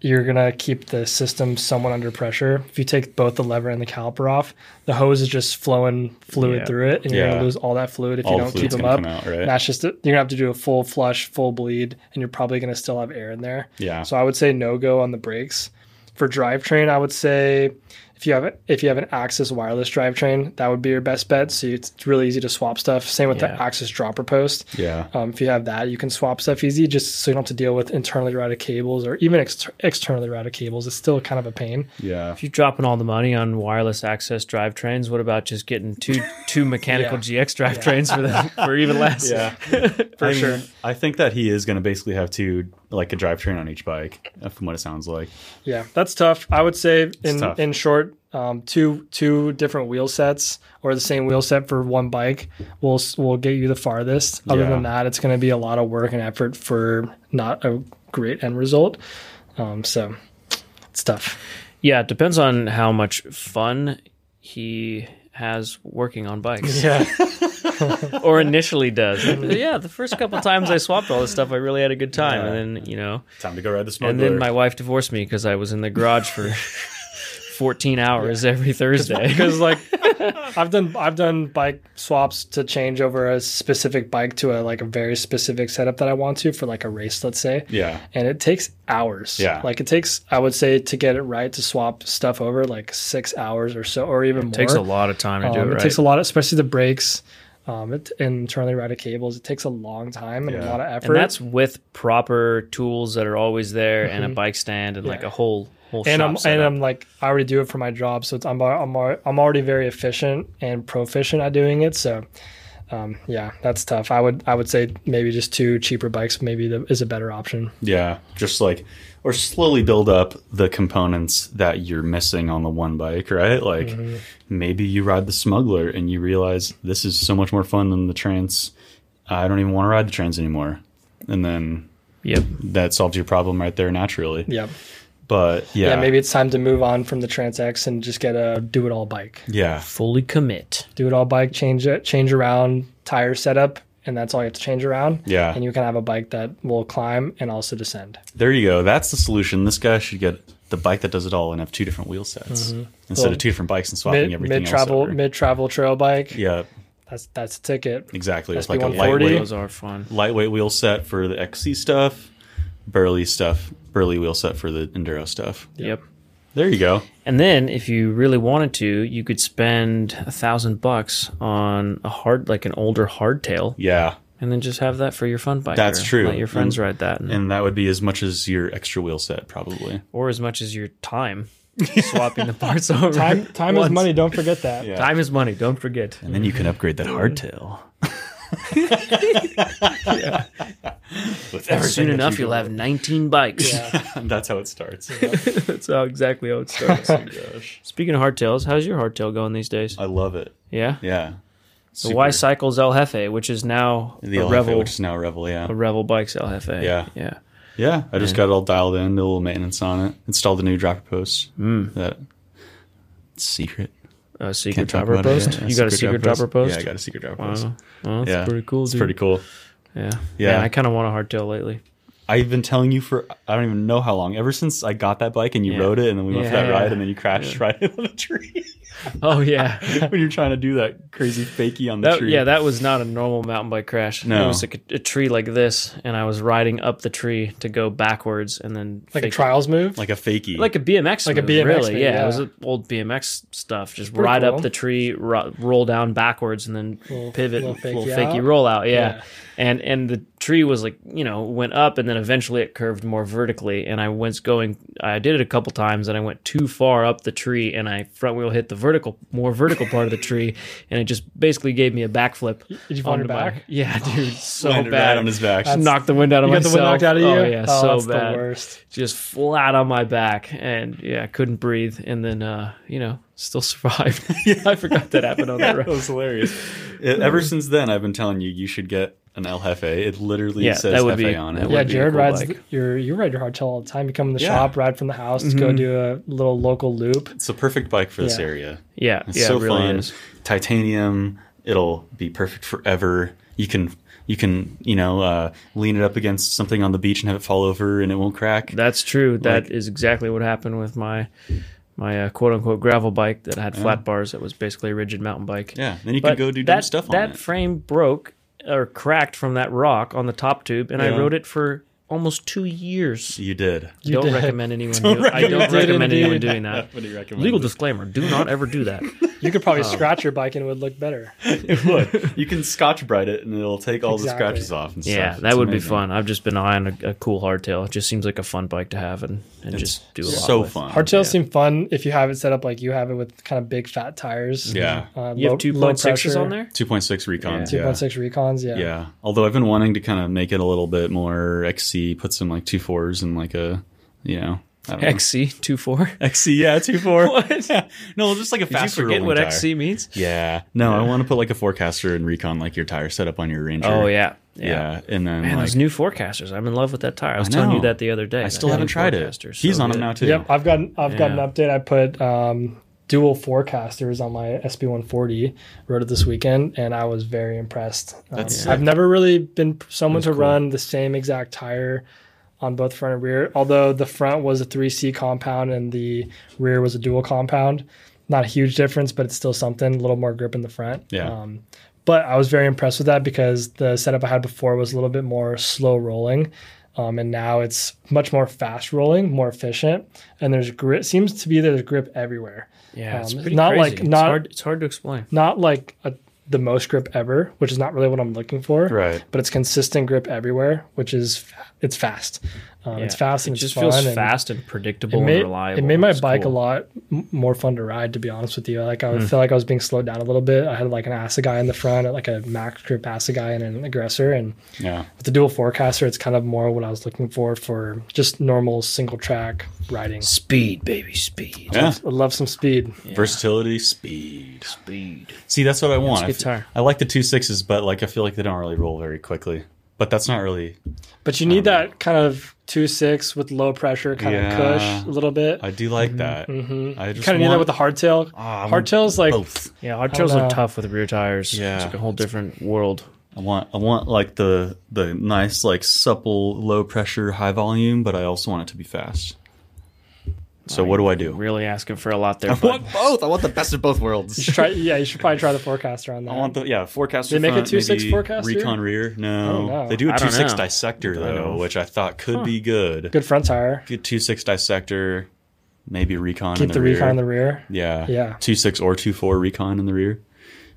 Speaker 3: you're gonna keep the system somewhat under pressure if you take both the lever and the caliper off the hose is just flowing fluid
Speaker 2: Yeah.
Speaker 3: through it and you're
Speaker 1: Yeah.
Speaker 3: gonna lose all that fluid if
Speaker 1: All
Speaker 3: you
Speaker 1: the
Speaker 3: don't keep
Speaker 1: fluid's
Speaker 3: them
Speaker 1: gonna
Speaker 3: up
Speaker 1: come out, right?
Speaker 3: And that's just you're gonna have to do a full flush full bleed and you're probably gonna still have air in there
Speaker 1: Yeah.
Speaker 3: so i would say no go on the brakes for drivetrain i would say if if you have if you have an Axis wireless drivetrain, that would be your best bet. So you, it's really easy to swap stuff. Same with
Speaker 5: Yeah.
Speaker 3: the Axis dropper post.
Speaker 1: Yeah.
Speaker 3: Um, if you have that, you can swap stuff easy, just so you don't have to deal with internally routed cables or even ex- externally routed cables. It's still kind of a pain.
Speaker 1: Yeah.
Speaker 2: If you're dropping all the money on wireless access drivetrains, what about just getting two two mechanical GX drivetrains for that for even less?
Speaker 1: Yeah.
Speaker 3: For
Speaker 1: I mean,
Speaker 3: sure.
Speaker 1: I think that he is going to basically have two, like a drivetrain on each bike, uh, from what it sounds like.
Speaker 3: Yeah, that's tough. I would say in
Speaker 1: tough.
Speaker 3: in short, um, two two different wheel sets or the same wheel set for one bike will s- will get you the farthest. Other
Speaker 1: Yeah.
Speaker 3: than that, it's going to be a lot of work and effort for not a great end result. Um, so it's tough.
Speaker 2: Yeah, it depends on how much fun he has working on bikes
Speaker 3: Yeah,
Speaker 2: or initially does. yeah, the first couple times I swapped all this stuff, I really had a good time. And then, you know,
Speaker 1: Time to go ride the smuggler.
Speaker 2: and then my wife divorced me because I was in the garage for 14 hours every Thursday.
Speaker 3: because like I've done I've done bike swaps to change over a specific bike to a like a very specific setup that I want to for like a race, let's say.
Speaker 1: yeah.
Speaker 3: and it takes hours.
Speaker 1: Yeah.
Speaker 3: Like it takes, I would say, to get it right to swap stuff over like six hours or so, or even more.
Speaker 2: It takes a lot of time to do
Speaker 3: Um,
Speaker 2: it right.
Speaker 3: takes a lot, especially the brakes, um, it, and internally routed cables. It takes a long time and a
Speaker 1: Yeah.
Speaker 3: lot of effort.
Speaker 2: and that's with proper tools that are always there and a bike stand and like a whole whole
Speaker 3: Mm-hmm. and
Speaker 2: shop
Speaker 3: I'm and
Speaker 2: setup.
Speaker 3: I'm like I already do it for my job, so it's, I'm al- I'm al- I'm already very efficient and proficient at doing it. So, um, yeah, that's tough. I would I would say maybe just two cheaper bikes maybe the, is a better option.
Speaker 1: Yeah, just like or slowly build up the components that you're missing on the one bike, right? Like
Speaker 3: Mm-hmm.
Speaker 1: maybe you ride the smuggler and you realize this is so much more fun than the trans. I don't even want to ride the trans anymore. And then
Speaker 2: Yep.
Speaker 1: that solves your problem right there naturally.
Speaker 3: Yeah,
Speaker 1: But yeah,
Speaker 3: yeah. maybe it's time to move on from the Transex and just get a do it all bike.
Speaker 1: yeah,
Speaker 2: fully commit.
Speaker 3: do it all bike, change it, change around tire setup, and that's all you have to change around.
Speaker 1: Yeah.
Speaker 3: And you can have a bike that will climb and also descend.
Speaker 1: there you go. That's the solution. This guy should get the bike that does it all and have two different wheel sets instead
Speaker 3: Mm-hmm. Well,
Speaker 1: of two different bikes and swapping
Speaker 3: Mid
Speaker 1: everything.
Speaker 3: mid travel
Speaker 1: Else over.
Speaker 3: mid travel trail bike.
Speaker 1: yeah,
Speaker 3: That's that's a ticket.
Speaker 1: exactly. It's like a
Speaker 3: SB140.
Speaker 1: lightweight
Speaker 2: Those are fun.
Speaker 1: lightweight wheel set for the XC stuff, burly stuff, burly wheel set for the enduro stuff.
Speaker 2: Yep.
Speaker 1: There you go.
Speaker 2: And then if you really wanted to, you could spend a thousand bucks on a hard like an older hardtail
Speaker 1: Yeah.
Speaker 2: and then just have that for your fun bike.
Speaker 1: That's true.
Speaker 2: Let your friends
Speaker 1: And-
Speaker 2: ride that and,
Speaker 1: And that would be as much as your extra wheel set, probably.
Speaker 2: or as much as your time swapping the parts over.
Speaker 3: Time time is
Speaker 2: Once.
Speaker 3: money, don't forget that.
Speaker 1: Yeah.
Speaker 2: Time is money, don't forget.
Speaker 1: And then you can upgrade that hardtail. With everything
Speaker 2: Soon
Speaker 1: that
Speaker 2: enough
Speaker 1: you
Speaker 2: you'll have 19 bikes.
Speaker 1: have. That's how it starts.
Speaker 2: That's how exactly how it starts.
Speaker 1: Oh Gosh. Uh,
Speaker 2: Speaking of hardtails, how's your hardtail going these days?
Speaker 1: I love it.
Speaker 2: Yeah.
Speaker 1: Yeah.
Speaker 2: The Y Cycles El Jefe, which is now
Speaker 1: The
Speaker 2: a
Speaker 1: El Jefe,
Speaker 2: Revel
Speaker 1: which is now Revel, yeah.
Speaker 2: a Revel Bikes El Jefe.
Speaker 1: Yeah.
Speaker 2: Yeah.
Speaker 1: Yeah, I just got it all dialed in, did a little maintenance on it, installed a new dropper post.
Speaker 2: Mm.
Speaker 1: That secret.
Speaker 2: A
Speaker 1: Can't
Speaker 2: secret
Speaker 1: talk
Speaker 2: dropper
Speaker 1: about it.
Speaker 2: post.
Speaker 1: Yeah,
Speaker 2: you got a secret dropper post?
Speaker 1: Yeah, I got a secret dropper post.
Speaker 2: Wow. Wow, that's
Speaker 1: Yeah,
Speaker 2: pretty cool,
Speaker 1: It's
Speaker 2: dude.
Speaker 1: pretty cool.
Speaker 2: Yeah.
Speaker 1: Yeah.
Speaker 2: Man, I kind of want a hardtail lately.
Speaker 1: I've been telling you for I don't even know how long. Ever since I got that bike and you
Speaker 2: Yeah.
Speaker 1: rode it, and then we went for that
Speaker 2: Yeah.
Speaker 1: ride, and then you crashed right into the tree
Speaker 2: Oh yeah.
Speaker 1: when you're trying to do that crazy fakie on the
Speaker 2: That,
Speaker 1: tree.
Speaker 2: yeah, that was not a normal mountain bike crash.
Speaker 1: No.
Speaker 2: It was like a, a tree like this, and I was riding up the tree to go backwards and then
Speaker 3: Like
Speaker 2: fake-
Speaker 3: a trials move.
Speaker 1: like a fakie.
Speaker 2: Like a BMX,
Speaker 3: Like a
Speaker 2: move,
Speaker 3: BMX
Speaker 2: really?
Speaker 3: move,
Speaker 2: yeah,
Speaker 3: yeah.
Speaker 2: it was old BMX stuff. Just
Speaker 3: pretty
Speaker 2: ride
Speaker 3: cool.
Speaker 2: up the tree, ro- roll down backwards, and then
Speaker 3: Little-
Speaker 2: pivot,
Speaker 3: little
Speaker 2: little,
Speaker 3: fakey
Speaker 2: fakey
Speaker 3: out.
Speaker 2: roll out. Yeah.
Speaker 3: Yeah.
Speaker 2: and and the tree was like you know went up, and then eventually it curved more vertically. And I was going, I did it a couple times, and I went too far up the tree, and I front wheel hit the vertical, more vertical part of the tree, and it just basically gave me a backflip.
Speaker 3: Did you fall on your
Speaker 2: onto my-
Speaker 3: back?
Speaker 2: yeah, dude, so
Speaker 1: landed
Speaker 2: bad.
Speaker 1: right on his back.
Speaker 2: Just knocked the wind out of
Speaker 3: you got the
Speaker 2: myself.
Speaker 3: wind knocked out of you.
Speaker 2: Oh yeah, so
Speaker 3: that's
Speaker 2: bad
Speaker 3: the worst.
Speaker 2: just flat on my back and yeah couldn't breathe and then uh you know still survived i forgot that happened on that
Speaker 1: that
Speaker 2: road
Speaker 1: was hilarious. It- E, ever since then, I've been telling you you should get an El Jefe. It literally
Speaker 2: Yeah,
Speaker 1: says
Speaker 2: that would
Speaker 1: Jefe
Speaker 2: be-
Speaker 1: on
Speaker 2: that
Speaker 1: it.
Speaker 2: would
Speaker 3: Yeah,
Speaker 2: be a
Speaker 3: Jared
Speaker 2: cool
Speaker 3: rides
Speaker 2: bike.
Speaker 3: your you ride your hardtail all the time. You come in the
Speaker 1: Yeah.
Speaker 3: shop, ride from the house to go do a little local loop.
Speaker 1: It's the perfect bike for this
Speaker 3: Yeah.
Speaker 1: area.
Speaker 2: yeah
Speaker 1: It's
Speaker 2: yeah
Speaker 1: so
Speaker 2: it really
Speaker 1: fun.
Speaker 2: is
Speaker 1: Titanium. It'll be perfect forever. You can you can you know uh, lean it up against something on the beach and have it fall over and it won't crack.
Speaker 2: that's true That is
Speaker 1: Like-
Speaker 2: exactly what happened with my my uh, quote-unquote gravel bike that had flat bars that was basically a rigid mountain bike
Speaker 1: yeah, then you
Speaker 2: But
Speaker 1: can go do dumb
Speaker 2: that,
Speaker 1: stuff on
Speaker 2: that
Speaker 1: it.
Speaker 2: frame broke or cracked from that rock on the top tube and i
Speaker 1: Yeah.
Speaker 2: rode it for almost two years.
Speaker 1: You did.
Speaker 3: You
Speaker 2: don't
Speaker 3: did.
Speaker 2: recommend anyone. do, I don't
Speaker 3: recommend it,
Speaker 2: recommend anyone
Speaker 3: indeed.
Speaker 2: doing that.
Speaker 1: Nobody recommends
Speaker 2: Legal
Speaker 1: it.
Speaker 2: disclaimer: Do not ever do that.
Speaker 3: You could
Speaker 1: Oh.
Speaker 3: probably scratch your bike and it would look better.
Speaker 1: It would. You can scotch bright it and it'll take all
Speaker 3: Exactly.
Speaker 1: the scratches off and stuff.
Speaker 2: yeah, that
Speaker 1: It's
Speaker 2: would be
Speaker 1: amazing.
Speaker 2: fun. I've just been eyeing a, a cool hardtail. It just seems like a fun bike to have and, and just do a lot.
Speaker 1: so
Speaker 2: with.
Speaker 1: fun.
Speaker 3: Hardtails seem fun if you have it set up like you have it with kind of big fat tires.
Speaker 1: Yeah.
Speaker 3: Uh,
Speaker 2: You
Speaker 3: low-
Speaker 2: have two
Speaker 3: low
Speaker 2: point sixes
Speaker 3: pressure,
Speaker 2: on there.
Speaker 1: 2.6 recons. Yeah.
Speaker 3: 2.6 recons, yeah.
Speaker 1: Yeah. Although I've been wanting to kind of make it a little bit more XC, put some like two fours and like a, you know, I don't know.
Speaker 2: XC two four.
Speaker 1: XC, yeah, two Um, four. Yeah. No, just like a
Speaker 2: Did you
Speaker 1: faster
Speaker 2: forget
Speaker 1: rolling
Speaker 2: what
Speaker 1: tire.
Speaker 2: XC means?
Speaker 1: Yeah. No, I want to put like a forecaster and recon like your tire setup on your Ranger.
Speaker 2: Oh yeah,
Speaker 1: Yeah. And then
Speaker 2: Man,
Speaker 1: like
Speaker 2: those new forecasters. I'm in love with that tire. I was
Speaker 1: I
Speaker 2: telling you
Speaker 1: know.
Speaker 2: that the other day.
Speaker 1: I
Speaker 2: that
Speaker 1: still
Speaker 2: new
Speaker 1: haven't tried it.
Speaker 2: Forecaster's so
Speaker 1: He's on
Speaker 2: good.
Speaker 1: them now too.
Speaker 3: Yep, I've gotten I've got an
Speaker 2: Yeah.
Speaker 3: update. I put um, dual forecasters on my SB140. Rode it this weekend, and I was very impressed. Um,
Speaker 1: That's
Speaker 3: I've
Speaker 1: sick.
Speaker 3: never really been someone to
Speaker 1: cool.
Speaker 3: run the same exact tire on both front and rear. Although the front was a 3C compound and the rear was a dual compound. Not a huge difference, but it's still something. A little more grip in the front.
Speaker 1: Yeah.
Speaker 3: Um, but I was very impressed with that because the setup I had before was a little bit more slow rolling. Um, and now it's much more fast rolling, more efficient, and there's grip. Seems to be there's grip everywhere.
Speaker 2: Yeah, it's
Speaker 3: Um,
Speaker 2: pretty
Speaker 3: not
Speaker 2: crazy.
Speaker 3: like-
Speaker 2: It's
Speaker 3: not-
Speaker 2: hard, it's hard to explain.
Speaker 3: Not like a, the most grip ever, which is not really what I'm looking for.
Speaker 1: Right.
Speaker 3: But it's consistent grip everywhere, which is fa- it's fast. Um, It's
Speaker 2: Yeah.
Speaker 3: fast
Speaker 2: It
Speaker 3: and
Speaker 2: just
Speaker 3: it's
Speaker 2: feels
Speaker 3: fun and
Speaker 2: fast and predictable
Speaker 3: it made,
Speaker 2: and reliable.
Speaker 3: It made my
Speaker 2: It's
Speaker 3: bike
Speaker 2: cool.
Speaker 3: a lot m- more fun to ride, to be honest with you. Like I
Speaker 1: Hmm.
Speaker 3: felt like I was being slowed down a little bit. I had like an Assegai in the front, like a max grip Assegai and an aggressor, and
Speaker 1: Yeah.
Speaker 3: with the dual forecaster, it's kind of more what I was looking for for just normal single track riding.
Speaker 2: Speed, baby, speed.
Speaker 1: Yeah.
Speaker 3: I love some speed.
Speaker 1: Versatility, speed.
Speaker 2: Speed.
Speaker 1: See, that's what I want. I
Speaker 2: good
Speaker 1: f-
Speaker 2: tire.
Speaker 1: I like the two sixes, but like I feel like they don't really roll very quickly. But that's not really.
Speaker 3: But you
Speaker 1: Um,
Speaker 3: need that kind of two six with low pressure kind
Speaker 1: Yeah.
Speaker 3: of cush a little bit.
Speaker 1: I do
Speaker 3: Mm-hmm,
Speaker 1: like that. I just
Speaker 3: Kind of need that with the hardtail.
Speaker 1: Ah, I want
Speaker 3: Hardtail's like
Speaker 1: both.
Speaker 2: Yeah, hard trails are
Speaker 3: know.
Speaker 2: tough with rear tires.
Speaker 1: Yeah.
Speaker 2: It's like a whole different world.
Speaker 1: I want I want like the the nice like supple low pressure high volume, but I also want it to be fast. So what do I do?
Speaker 2: Really asking for a lot there. But
Speaker 4: both. I want the best of both worlds.
Speaker 3: try. Yeah, you should probably try the forecaster on that.
Speaker 1: I want the yeah forecaster.
Speaker 3: They make a
Speaker 1: front,
Speaker 3: 2.6
Speaker 1: maybe
Speaker 3: forecaster?
Speaker 1: Recon rear. No,
Speaker 3: know.
Speaker 1: they do
Speaker 2: I
Speaker 1: a
Speaker 2: don't
Speaker 1: two six
Speaker 2: know.
Speaker 1: dissector
Speaker 2: don't know.
Speaker 1: though, which I thought could be good.
Speaker 3: good front tire.
Speaker 1: Good two six dissector, maybe recon. in
Speaker 3: Keep
Speaker 1: the,
Speaker 3: the,
Speaker 1: rear.
Speaker 3: recon in the rear.
Speaker 1: Yeah.
Speaker 3: Yeah.
Speaker 1: Two six or two four recon in the rear.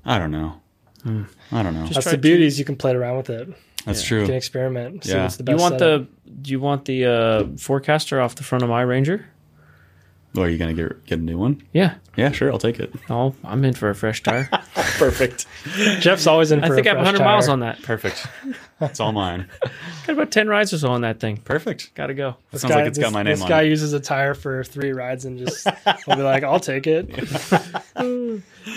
Speaker 1: I don't know.
Speaker 3: Hmm.
Speaker 1: I don't know.
Speaker 3: That's
Speaker 2: try
Speaker 3: the
Speaker 2: two-
Speaker 3: beauty is you can play around with it. You
Speaker 1: That's
Speaker 3: can
Speaker 1: true.
Speaker 3: experiment. See
Speaker 1: Yeah.
Speaker 3: what's
Speaker 2: you
Speaker 3: the best.
Speaker 2: want
Speaker 3: setup.
Speaker 2: the do you want the uh, forecaster off the front of my Ranger?
Speaker 1: Well, are you gonna get get a new one?
Speaker 2: Yeah.
Speaker 1: Yeah, sure. I'll take it.
Speaker 2: Oh, I'm in for a fresh tire.
Speaker 1: Perfect.
Speaker 3: Jeff's always in. For
Speaker 2: I think I
Speaker 3: a
Speaker 2: have
Speaker 3: fresh
Speaker 2: 100 miles
Speaker 3: tire.
Speaker 2: on that.
Speaker 1: Perfect. It's all mine.
Speaker 2: Got about 10 rides or so on that thing.
Speaker 1: Perfect.
Speaker 2: Got to go.
Speaker 1: That
Speaker 3: This
Speaker 1: sounds
Speaker 3: guy-
Speaker 1: like it's got
Speaker 3: this-
Speaker 1: my name
Speaker 3: This
Speaker 1: on
Speaker 3: guy
Speaker 1: it.
Speaker 3: uses a tire for three rides and just will be like, "I'll take it."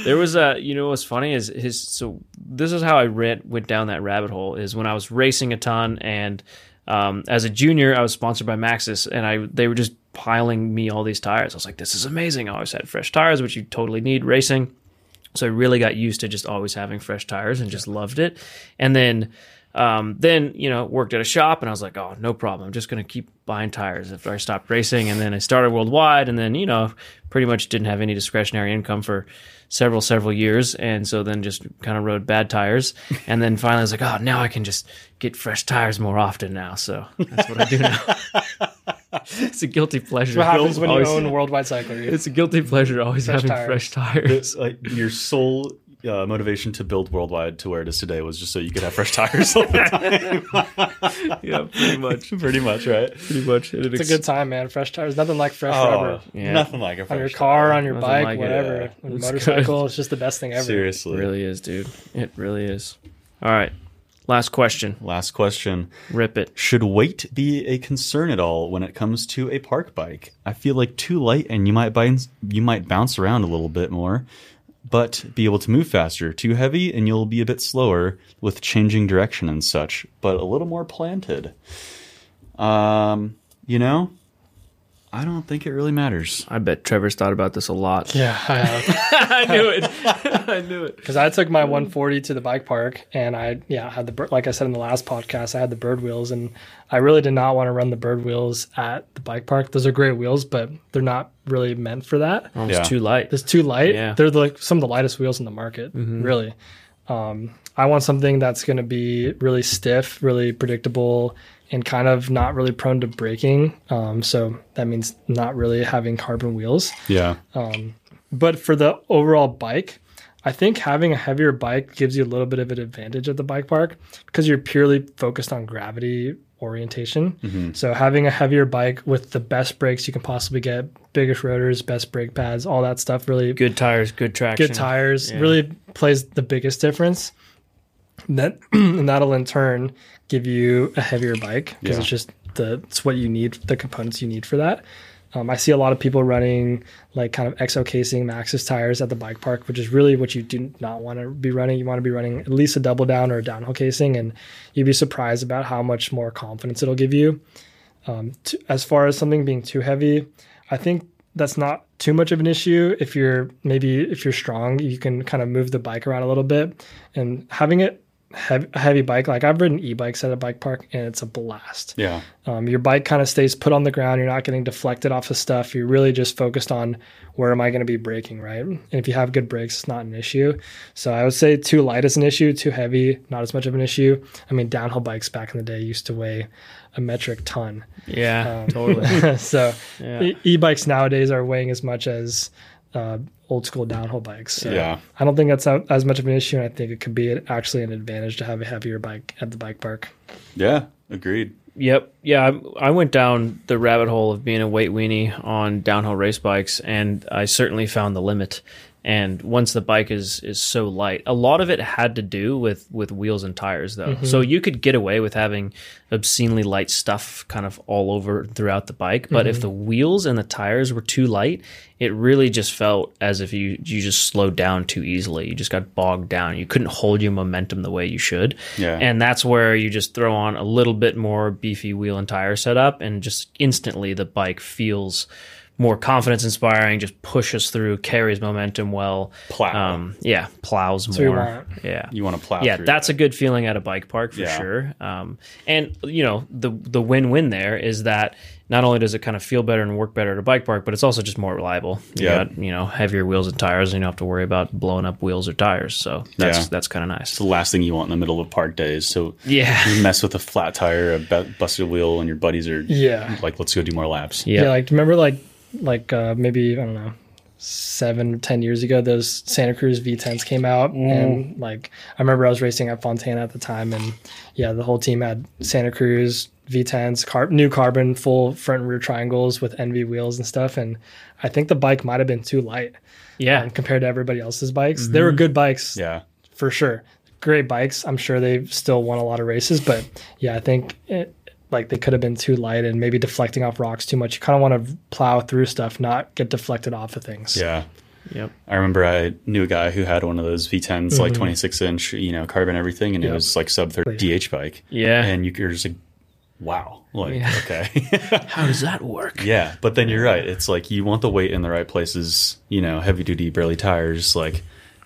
Speaker 2: There was a, you know, what's funny is his. So this is how I ran, went down that rabbit hole. Is when I was racing a ton, and um, as a junior, I was sponsored by Maxxis, and I they were just piling me all these tires. I was like, this is amazing. I always had fresh tires, which you totally need racing. So I really got used to just always having fresh tires and just loved it. And then, um, then you know, worked at a shop and I was like, oh, no problem. I'm just gonna keep buying tires after I stopped racing. And then I started worldwide, and then you know, pretty much didn't have any discretionary income for several several years. And so then just kind of rode bad tires. And then finally, I was like, oh, now I can just get fresh tires more often now. So that's what I do now. it's a guilty pleasure.
Speaker 3: What happens when you
Speaker 2: Always-
Speaker 3: own Worldwide Cycler?
Speaker 2: It's a guilty pleasure always having
Speaker 3: tires.
Speaker 2: fresh tires.
Speaker 1: It's like your sole uh, motivation to build worldwide to where it is today was just so you could have fresh tires all the time.
Speaker 2: yeah, pretty much.
Speaker 1: Pretty much, right?
Speaker 2: Pretty much. It
Speaker 3: It's a good time, man. Fresh tires, nothing like fresh rubber
Speaker 2: Yeah.
Speaker 1: Oh, nothing like a fresh
Speaker 3: on your car, on your
Speaker 2: Oh. Nothing
Speaker 3: bike,
Speaker 2: like it.
Speaker 3: whatever.
Speaker 1: Yeah.
Speaker 3: On your
Speaker 2: It's
Speaker 3: motorcycle, it's just the best thing
Speaker 1: tire.
Speaker 3: ever.
Speaker 1: Seriously.
Speaker 2: really is, dude. It really is. All right. Last question.
Speaker 1: Last question.
Speaker 2: Rip it.
Speaker 1: Should weight be a concern at all when it comes to a park bike? I feel like too light and you might bounce, you might bounce around a little bit more, but be able to move faster. Too heavy and you'll be a bit slower with changing direction and such, but a little more planted. Um, you know, I don't think it really matters.
Speaker 2: I bet Trevor's thought about this a lot.
Speaker 3: Yeah, I have.
Speaker 2: I knew it. I knew it.
Speaker 3: Because I took my 140 to the bike park, and I yeah had the bir- like I said in the last podcast, I had the bird wheels, and I really did not want to run the bird wheels at the bike park. Those are great wheels, but they're not really meant for that.
Speaker 2: Almost
Speaker 1: Yeah.
Speaker 2: too light.
Speaker 3: It's too light.
Speaker 2: Yeah.
Speaker 3: They're like some of the lightest wheels in the market, really. Um, I want something that's going to be really stiff, really predictable, and kind of not really prone to braking. Um, so that means not really having carbon wheels.
Speaker 1: Yeah.
Speaker 3: But for the overall bike, I think having a heavier bike gives you a little bit of an advantage at the bike park because you're purely focused on gravity orientation. So having a heavier bike with the best brakes you can possibly get, biggest rotors, best brake pads, all that stuff really
Speaker 2: Good tires, good traction.
Speaker 3: good tires really plays the biggest difference. That and that'll in turn give you a heavier bike because
Speaker 1: Yeah.
Speaker 3: it's just the it's what you need the components you need for that. Um, I see a lot of people running like kind of exo casing Maxxis tires at the bike park, which is really what you do not want to be running. You want to be running at least a double down or a downhill casing, and you'd be surprised about how much more confidence it'll give you t- as far as something being too heavy, I think that's not too much of an issue. If you're maybe if you're strong, you can kind of move the bike around a little bit, and having it heavy, a heavy bike. Like I've ridden e-bikes at a bike park, and it's a blast.
Speaker 1: Yeah.
Speaker 3: Um, your bike kind of stays put on the ground. You're not getting deflected off of stuff. You're really just focused on where am I going to be braking, right? And if you have good brakes, it's not an issue. So I would say too light is an issue, too heavy, not as much of an issue. I mean, downhill bikes back in the day used to weigh a metric ton.
Speaker 2: Yeah, totally.
Speaker 3: so
Speaker 2: Yeah.
Speaker 3: e- e-bikes nowadays are weighing as much as uh, old school downhill bikes. So
Speaker 1: Yeah.
Speaker 3: I don't think that's a- as much of an issue, and I think it could be an- actually an advantage to have a heavier bike at the bike park.
Speaker 1: Yeah. Agreed.
Speaker 2: Yep. Yeah, I, I went down the rabbit hole of being a weight weenie on downhill race bikes, and I certainly found the limit. And once the bike is is so light, a lot of it had to do with with wheels and tires, though. So you could get away with having obscenely light stuff kind of all over throughout the bike, but if the wheels and the tires were too light, it really just felt as if you you just slowed down too easily. You just got bogged down. You couldn't hold your momentum the way you should.
Speaker 1: Yeah.
Speaker 2: And and that's where you just throw on a little bit more beefy wheel and tire setup, and just instantly the bike feels more confidence inspiring, just pushes through, carries momentum well.
Speaker 1: Plow.
Speaker 2: Um, yeah, plows
Speaker 3: you
Speaker 2: more.
Speaker 3: want-
Speaker 2: yeah.
Speaker 1: You want to plow.
Speaker 2: yeah,
Speaker 1: through
Speaker 2: that's a good feeling at a bike park for
Speaker 1: Yeah.
Speaker 2: sure. Um, and you know the the win win there is that not only does it kind of feel better and work better at a bike park, but it's also just more reliable. You
Speaker 1: Yeah.
Speaker 2: got, you know heavier wheels and tires, and you don't have to worry about blowing up wheels or tires. So that's
Speaker 1: Yeah.
Speaker 2: that's kind of nice.
Speaker 1: the last thing you want in the middle of a park day is to
Speaker 2: Yeah.
Speaker 1: you mess with a flat tire, a bu- busted wheel, and your buddies are
Speaker 3: Yeah.
Speaker 1: like, let's go do more laps.
Speaker 3: Yeah, like remember like like uh, maybe I don't know seven ten years ago those Santa Cruz V10s came out and like I remember I was racing at Fontana at the time and yeah the whole team had Santa Cruz V10s car- new carbon full front and rear triangles with NV wheels and stuff and I think the bike might have been too light
Speaker 2: yeah.
Speaker 3: um, compared to everybody else's bikes they were good bikes
Speaker 1: Yeah.
Speaker 3: for sure. Great bikes. I'm sure they still won a lot of races, but yeah, I think it, like they could have been too light and maybe deflecting off rocks too much. You kind of want to plow through stuff, not get deflected off of things.
Speaker 1: Yeah.
Speaker 2: Yep.
Speaker 1: I remember I knew a guy who had one of those V10s,
Speaker 3: Mm-hmm.
Speaker 1: like 26 inch, you know, carbon everything, and it was like sub 30 DH bike.
Speaker 2: Yeah.
Speaker 1: And you- you're just like, wow. Like, okay.
Speaker 2: How does that work?
Speaker 1: Yeah, but then you're right. It's like you want the weight in the right places. You know, heavy duty, burly tires. Like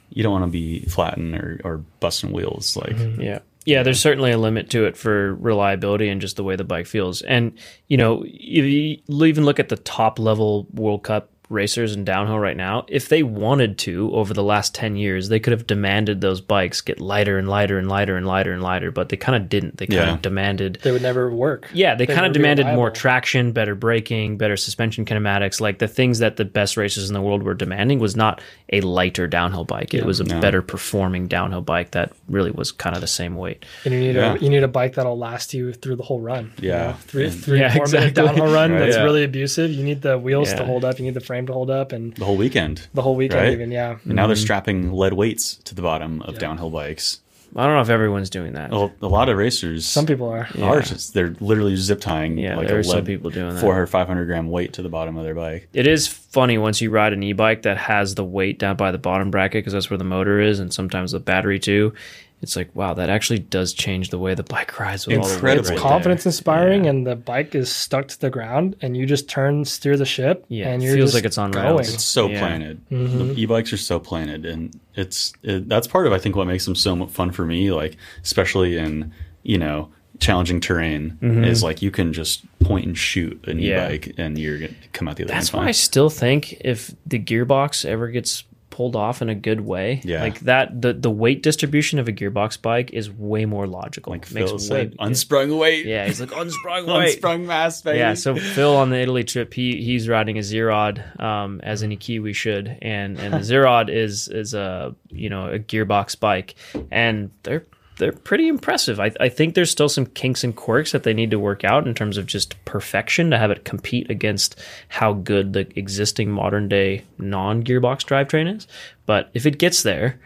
Speaker 1: you don't want to be flattened or, or busting wheels. Like
Speaker 3: Mm-hmm.
Speaker 2: Yeah. Yeah, there's certainly a limit to it for reliability and just the way the bike feels. And, you know, if you even look at the top level World Cup racers in downhill right now, if they wanted to over the last 10 years, they could have demanded those bikes get lighter and lighter and lighter and lighter and lighter, but they kind of didn't. They kind
Speaker 1: Yeah.
Speaker 2: of demanded
Speaker 3: They would never work.
Speaker 2: Yeah, they, kind
Speaker 3: never
Speaker 2: of
Speaker 3: be
Speaker 2: demanded more
Speaker 3: reliable.
Speaker 2: traction, better braking, better suspension kinematics. Like the things that the best racers in the world were demanding was not a lighter downhill bike. It was a better performing downhill bike that really was kind of the same weight.
Speaker 3: And you need
Speaker 1: Yeah.
Speaker 3: a you need a bike that'll last you through the whole run. you
Speaker 1: Yeah.
Speaker 3: know, three three
Speaker 2: Yeah,
Speaker 3: four
Speaker 2: exactly.
Speaker 3: minute downhill run
Speaker 1: Right.
Speaker 3: that's
Speaker 1: Yeah.
Speaker 3: really abusive. You need the wheels
Speaker 2: Yeah.
Speaker 3: to hold up. You need the frame to hold up, and
Speaker 1: the whole weekend.
Speaker 3: the whole Mm-hmm. weekend
Speaker 1: Right.
Speaker 3: even. Yeah.
Speaker 1: And now they're strapping lead weights to the bottom of downhill bikes.
Speaker 2: I don't know if everyone's doing that.
Speaker 1: Well, a lot of racers.
Speaker 3: Some people are.
Speaker 1: Are just, they're literally zip tying
Speaker 2: Yeah,
Speaker 1: like
Speaker 2: there
Speaker 1: a
Speaker 2: are some
Speaker 1: lead
Speaker 2: people doing that.
Speaker 1: 400 500 gram weight to the bottom of their bike
Speaker 2: It is funny once you ride an e-bike that has the weight down by the bottom bracket because that's where the motor is and sometimes the battery too. It's like wow, that actually does change the way the bike rides. With All
Speaker 1: Incredible.
Speaker 2: the weight
Speaker 1: Right
Speaker 2: right there.
Speaker 3: confidence inspiring and the bike is stuck to the ground and you just turn steer the ship
Speaker 2: Yeah,
Speaker 3: and
Speaker 2: it
Speaker 3: you're
Speaker 2: feels
Speaker 3: just
Speaker 2: like it's on
Speaker 3: going.
Speaker 2: rails.
Speaker 1: it's so
Speaker 2: Yeah.
Speaker 1: planted the e-bikes are so planted and it's it, that's part of i think what makes them so mu- fun for me like especially in you know challenging terrain is like you can just point and shoot an
Speaker 2: Mm-hmm. Yeah.
Speaker 1: e-bike and you're gonna come out the other
Speaker 2: That's
Speaker 1: end
Speaker 2: why I
Speaker 1: fine.
Speaker 2: still think if the gearbox ever gets pulled off in a good way.
Speaker 1: Yeah.
Speaker 2: Like that the the weight distribution of a gearbox bike is way more logical.
Speaker 1: Like
Speaker 2: It
Speaker 1: Phil said,
Speaker 2: yeah.
Speaker 1: unsprung weight,
Speaker 2: Yeah, he's like unsprung weight.
Speaker 1: unsprung mass, baby.
Speaker 2: Yeah, so Phil on the Italy trip, he he's riding a Zerod, um, as any Kiwi should, and and the Zerod is is a you know a gearbox bike, and they're they're pretty impressive. I I think there's still some kinks and quirks that they need to work out in terms of just perfection to have it compete against how good the existing modern day non gearbox drivetrain is. But if it gets there,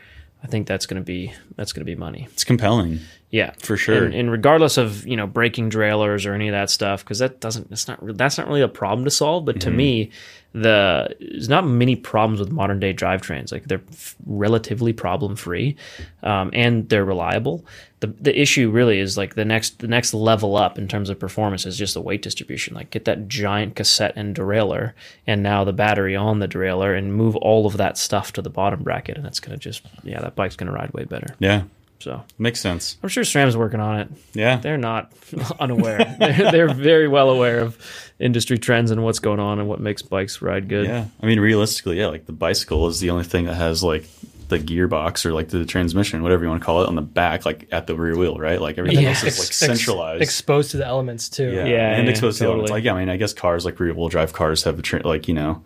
Speaker 2: I think that's gonna be that's gonna be money.
Speaker 1: it's compelling.
Speaker 2: Yeah,
Speaker 1: For sure.
Speaker 2: And, and regardless of you know breaking trailers or any of that stuff, because that doesn't it's not re- that's not really a problem to solve. But
Speaker 1: Mm-hmm.
Speaker 2: to me, the there's not many problems with modern day drivetrains. Like they're f- relatively problem free, um, and they're reliable. The the issue really is like the next the next level up in terms of performance is just the weight distribution. Like get that giant cassette and derailleur, and now the battery on the derailleur, and move all of that stuff to the bottom bracket, and it's gonna just yeah that bike's gonna ride way better.
Speaker 1: Yeah,
Speaker 2: So.
Speaker 1: makes sense.
Speaker 2: I'm sure Sram's working on it.
Speaker 1: Yeah,
Speaker 2: They're not unaware. they're, they're very well aware of industry trends and what's going on and what makes bikes ride good.
Speaker 1: Yeah, I mean, realistically, yeah, like the bicycle is the only thing that has like the gearbox or like the transmission, whatever you want to call it, on the back, like at the rear wheel, right? Like everything
Speaker 2: Yeah.
Speaker 1: else is like
Speaker 3: Ex-
Speaker 1: centralized.
Speaker 3: exposed to the elements too.
Speaker 1: yeah.
Speaker 2: Yeah,
Speaker 1: and
Speaker 2: yeah,
Speaker 1: exposed to the elements.
Speaker 2: totally.
Speaker 1: Like, yeah, I mean, I guess cars like rear wheel drive cars have the tra- like you know,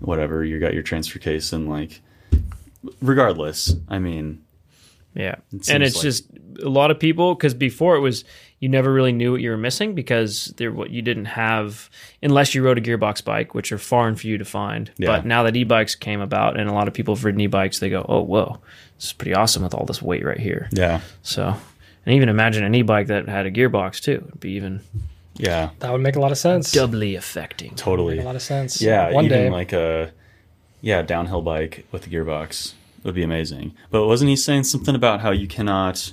Speaker 1: whatever you got your transfer case and like. Regardless, I mean,
Speaker 2: Yeah.
Speaker 1: It
Speaker 2: and
Speaker 1: seems
Speaker 2: it's
Speaker 1: like-
Speaker 2: just a lot of people because before it was you never really knew what you were missing because there what you didn't have unless you rode a gearbox bike, which are far and few to find.
Speaker 1: Yeah.
Speaker 2: But now that e-bikes came about and a lot of people have ridden e-bikes, they go, "Oh, whoa, this is pretty awesome with all this weight right here."
Speaker 1: yeah,
Speaker 2: So, and even imagine an e-bike that had a gearbox too; it'd be even
Speaker 1: yeah,
Speaker 3: That would make a lot of sense.
Speaker 2: doubly affecting.
Speaker 1: totally.
Speaker 3: Make a lot of sense.
Speaker 1: Yeah,
Speaker 3: One
Speaker 1: even
Speaker 3: day.
Speaker 1: like a yeah downhill bike with a gearbox would be amazing. But wasn't he saying something about how you cannot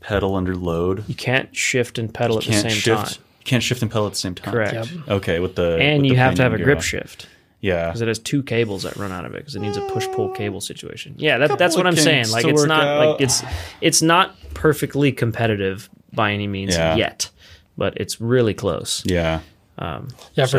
Speaker 1: pedal under load?
Speaker 2: You can't shift and pedal at the same
Speaker 1: shift.
Speaker 2: time.
Speaker 1: You can't shift and pedal at the same time.
Speaker 2: Correct.
Speaker 3: Yep.
Speaker 1: Okay, with the
Speaker 2: And
Speaker 1: with
Speaker 2: you
Speaker 1: the
Speaker 2: have to have a
Speaker 1: pinion
Speaker 2: grip
Speaker 1: gearbox.
Speaker 2: shift
Speaker 1: Yeah,
Speaker 2: because it has two cables that run out of it because it needs a push pull cable situation. Yeah, that, that's
Speaker 1: Couple
Speaker 2: what
Speaker 1: of
Speaker 2: I'm saying.
Speaker 1: kinks
Speaker 2: Like
Speaker 1: to
Speaker 2: it's
Speaker 1: work
Speaker 2: not like
Speaker 1: out.
Speaker 2: it's it's not perfectly competitive by any means
Speaker 1: Yeah.
Speaker 2: yet, but it's really close.
Speaker 1: yeah,
Speaker 3: Yeah, for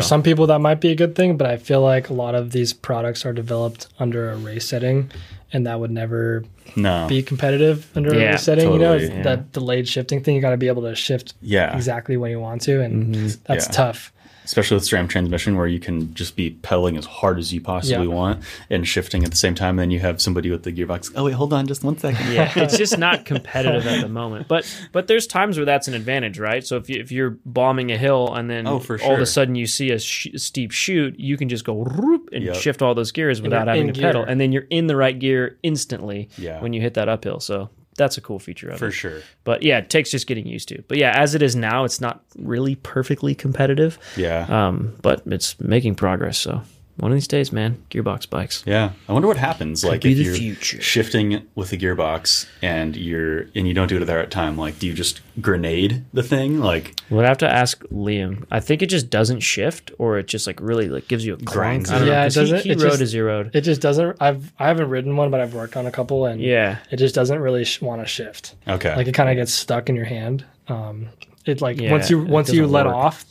Speaker 2: So-
Speaker 3: some people that might be a good thing, but I feel like a lot of these products are developed under a race setting, and that would never
Speaker 1: no,
Speaker 3: be competitive under
Speaker 2: Yeah,
Speaker 3: a race setting. you know,
Speaker 1: totally,
Speaker 3: it's
Speaker 2: yeah.
Speaker 3: that delayed shifting thing. You got to be able to shift
Speaker 1: yeah, Mm-hmm.
Speaker 3: exactly when you want to, and that's
Speaker 1: Yeah.
Speaker 3: tough.
Speaker 1: especially with SRAM transmission where you can just be pedaling as hard as you possibly
Speaker 3: Yeah.
Speaker 1: want and shifting at the same time. Then you have somebody with the gearbox. Oh wait, hold on, just one second.
Speaker 2: yeah, it's just not competitive at the moment. But but there's times where that's an advantage, right? So if you, if you're bombing a hill and then
Speaker 1: Oh, for
Speaker 2: all of a
Speaker 1: sure.
Speaker 2: sudden you see a sh- steep chute, you can just go roop and
Speaker 1: Yep.
Speaker 2: shift all those gears without
Speaker 3: you're
Speaker 2: having to
Speaker 3: in
Speaker 2: pedal,
Speaker 3: gear.
Speaker 2: and then you're in the right gear instantly
Speaker 1: Yeah.
Speaker 2: when you hit that uphill. So that's a cool feature of it.
Speaker 1: For sure.
Speaker 2: But yeah, it takes just getting used to. But yeah, as it is now, it's not really perfectly competitive.
Speaker 1: Yeah.
Speaker 2: Um, but it's making progress. So one of these days, man, gearbox bikes.
Speaker 1: Yeah, I wonder what happens. like
Speaker 2: be
Speaker 1: if
Speaker 2: the
Speaker 1: you're
Speaker 2: future.
Speaker 1: shifting with the gearbox and you're and you don't do it at the right time, like do you just grenade the thing? Like
Speaker 2: We'd have to ask Liam. I think it just doesn't shift, or it just like really like gives you a grind.
Speaker 1: Grinds
Speaker 2: I don't
Speaker 1: it.
Speaker 2: know,
Speaker 3: Yeah, it
Speaker 2: 'cause he-
Speaker 3: doesn't-
Speaker 2: He,
Speaker 3: it
Speaker 2: rode
Speaker 3: just-
Speaker 2: a zeroed.
Speaker 3: It just doesn't. I've I haven't ridden one, but I've worked on a couple, and
Speaker 2: yeah,
Speaker 3: it just doesn't really sh- want to shift.
Speaker 1: okay,
Speaker 3: Like it kind of gets stuck in your hand. Um, it like
Speaker 2: Yeah,
Speaker 3: once you
Speaker 2: it
Speaker 3: once you
Speaker 2: doesn't
Speaker 3: let
Speaker 2: work.
Speaker 3: off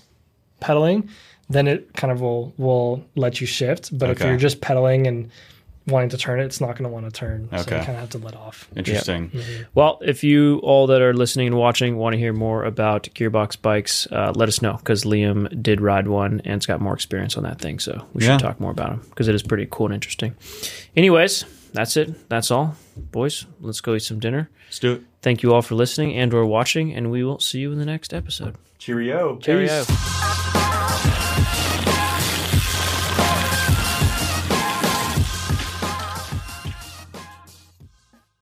Speaker 3: pedaling, then it kind of will will let you shift. But if
Speaker 1: Okay.
Speaker 3: you're just pedaling and wanting to turn it, it's not going to want to turn. So
Speaker 1: Okay.
Speaker 3: you kind of have to let off.
Speaker 1: interesting.
Speaker 2: Well, if you all that are listening and watching want to hear more about gearbox bikes, uh, let us know because Liam did ride one and's got more experience on that thing. So we
Speaker 1: Yeah.
Speaker 2: should talk more about him because it is pretty cool and interesting. Anyways, that's it. That's all, boys. Let's go eat some dinner.
Speaker 1: Let's do it.
Speaker 2: Thank you all for listening and/or watching, and we will see you in the next episode.
Speaker 1: Cheerio.
Speaker 2: Cheerio.
Speaker 6: Thank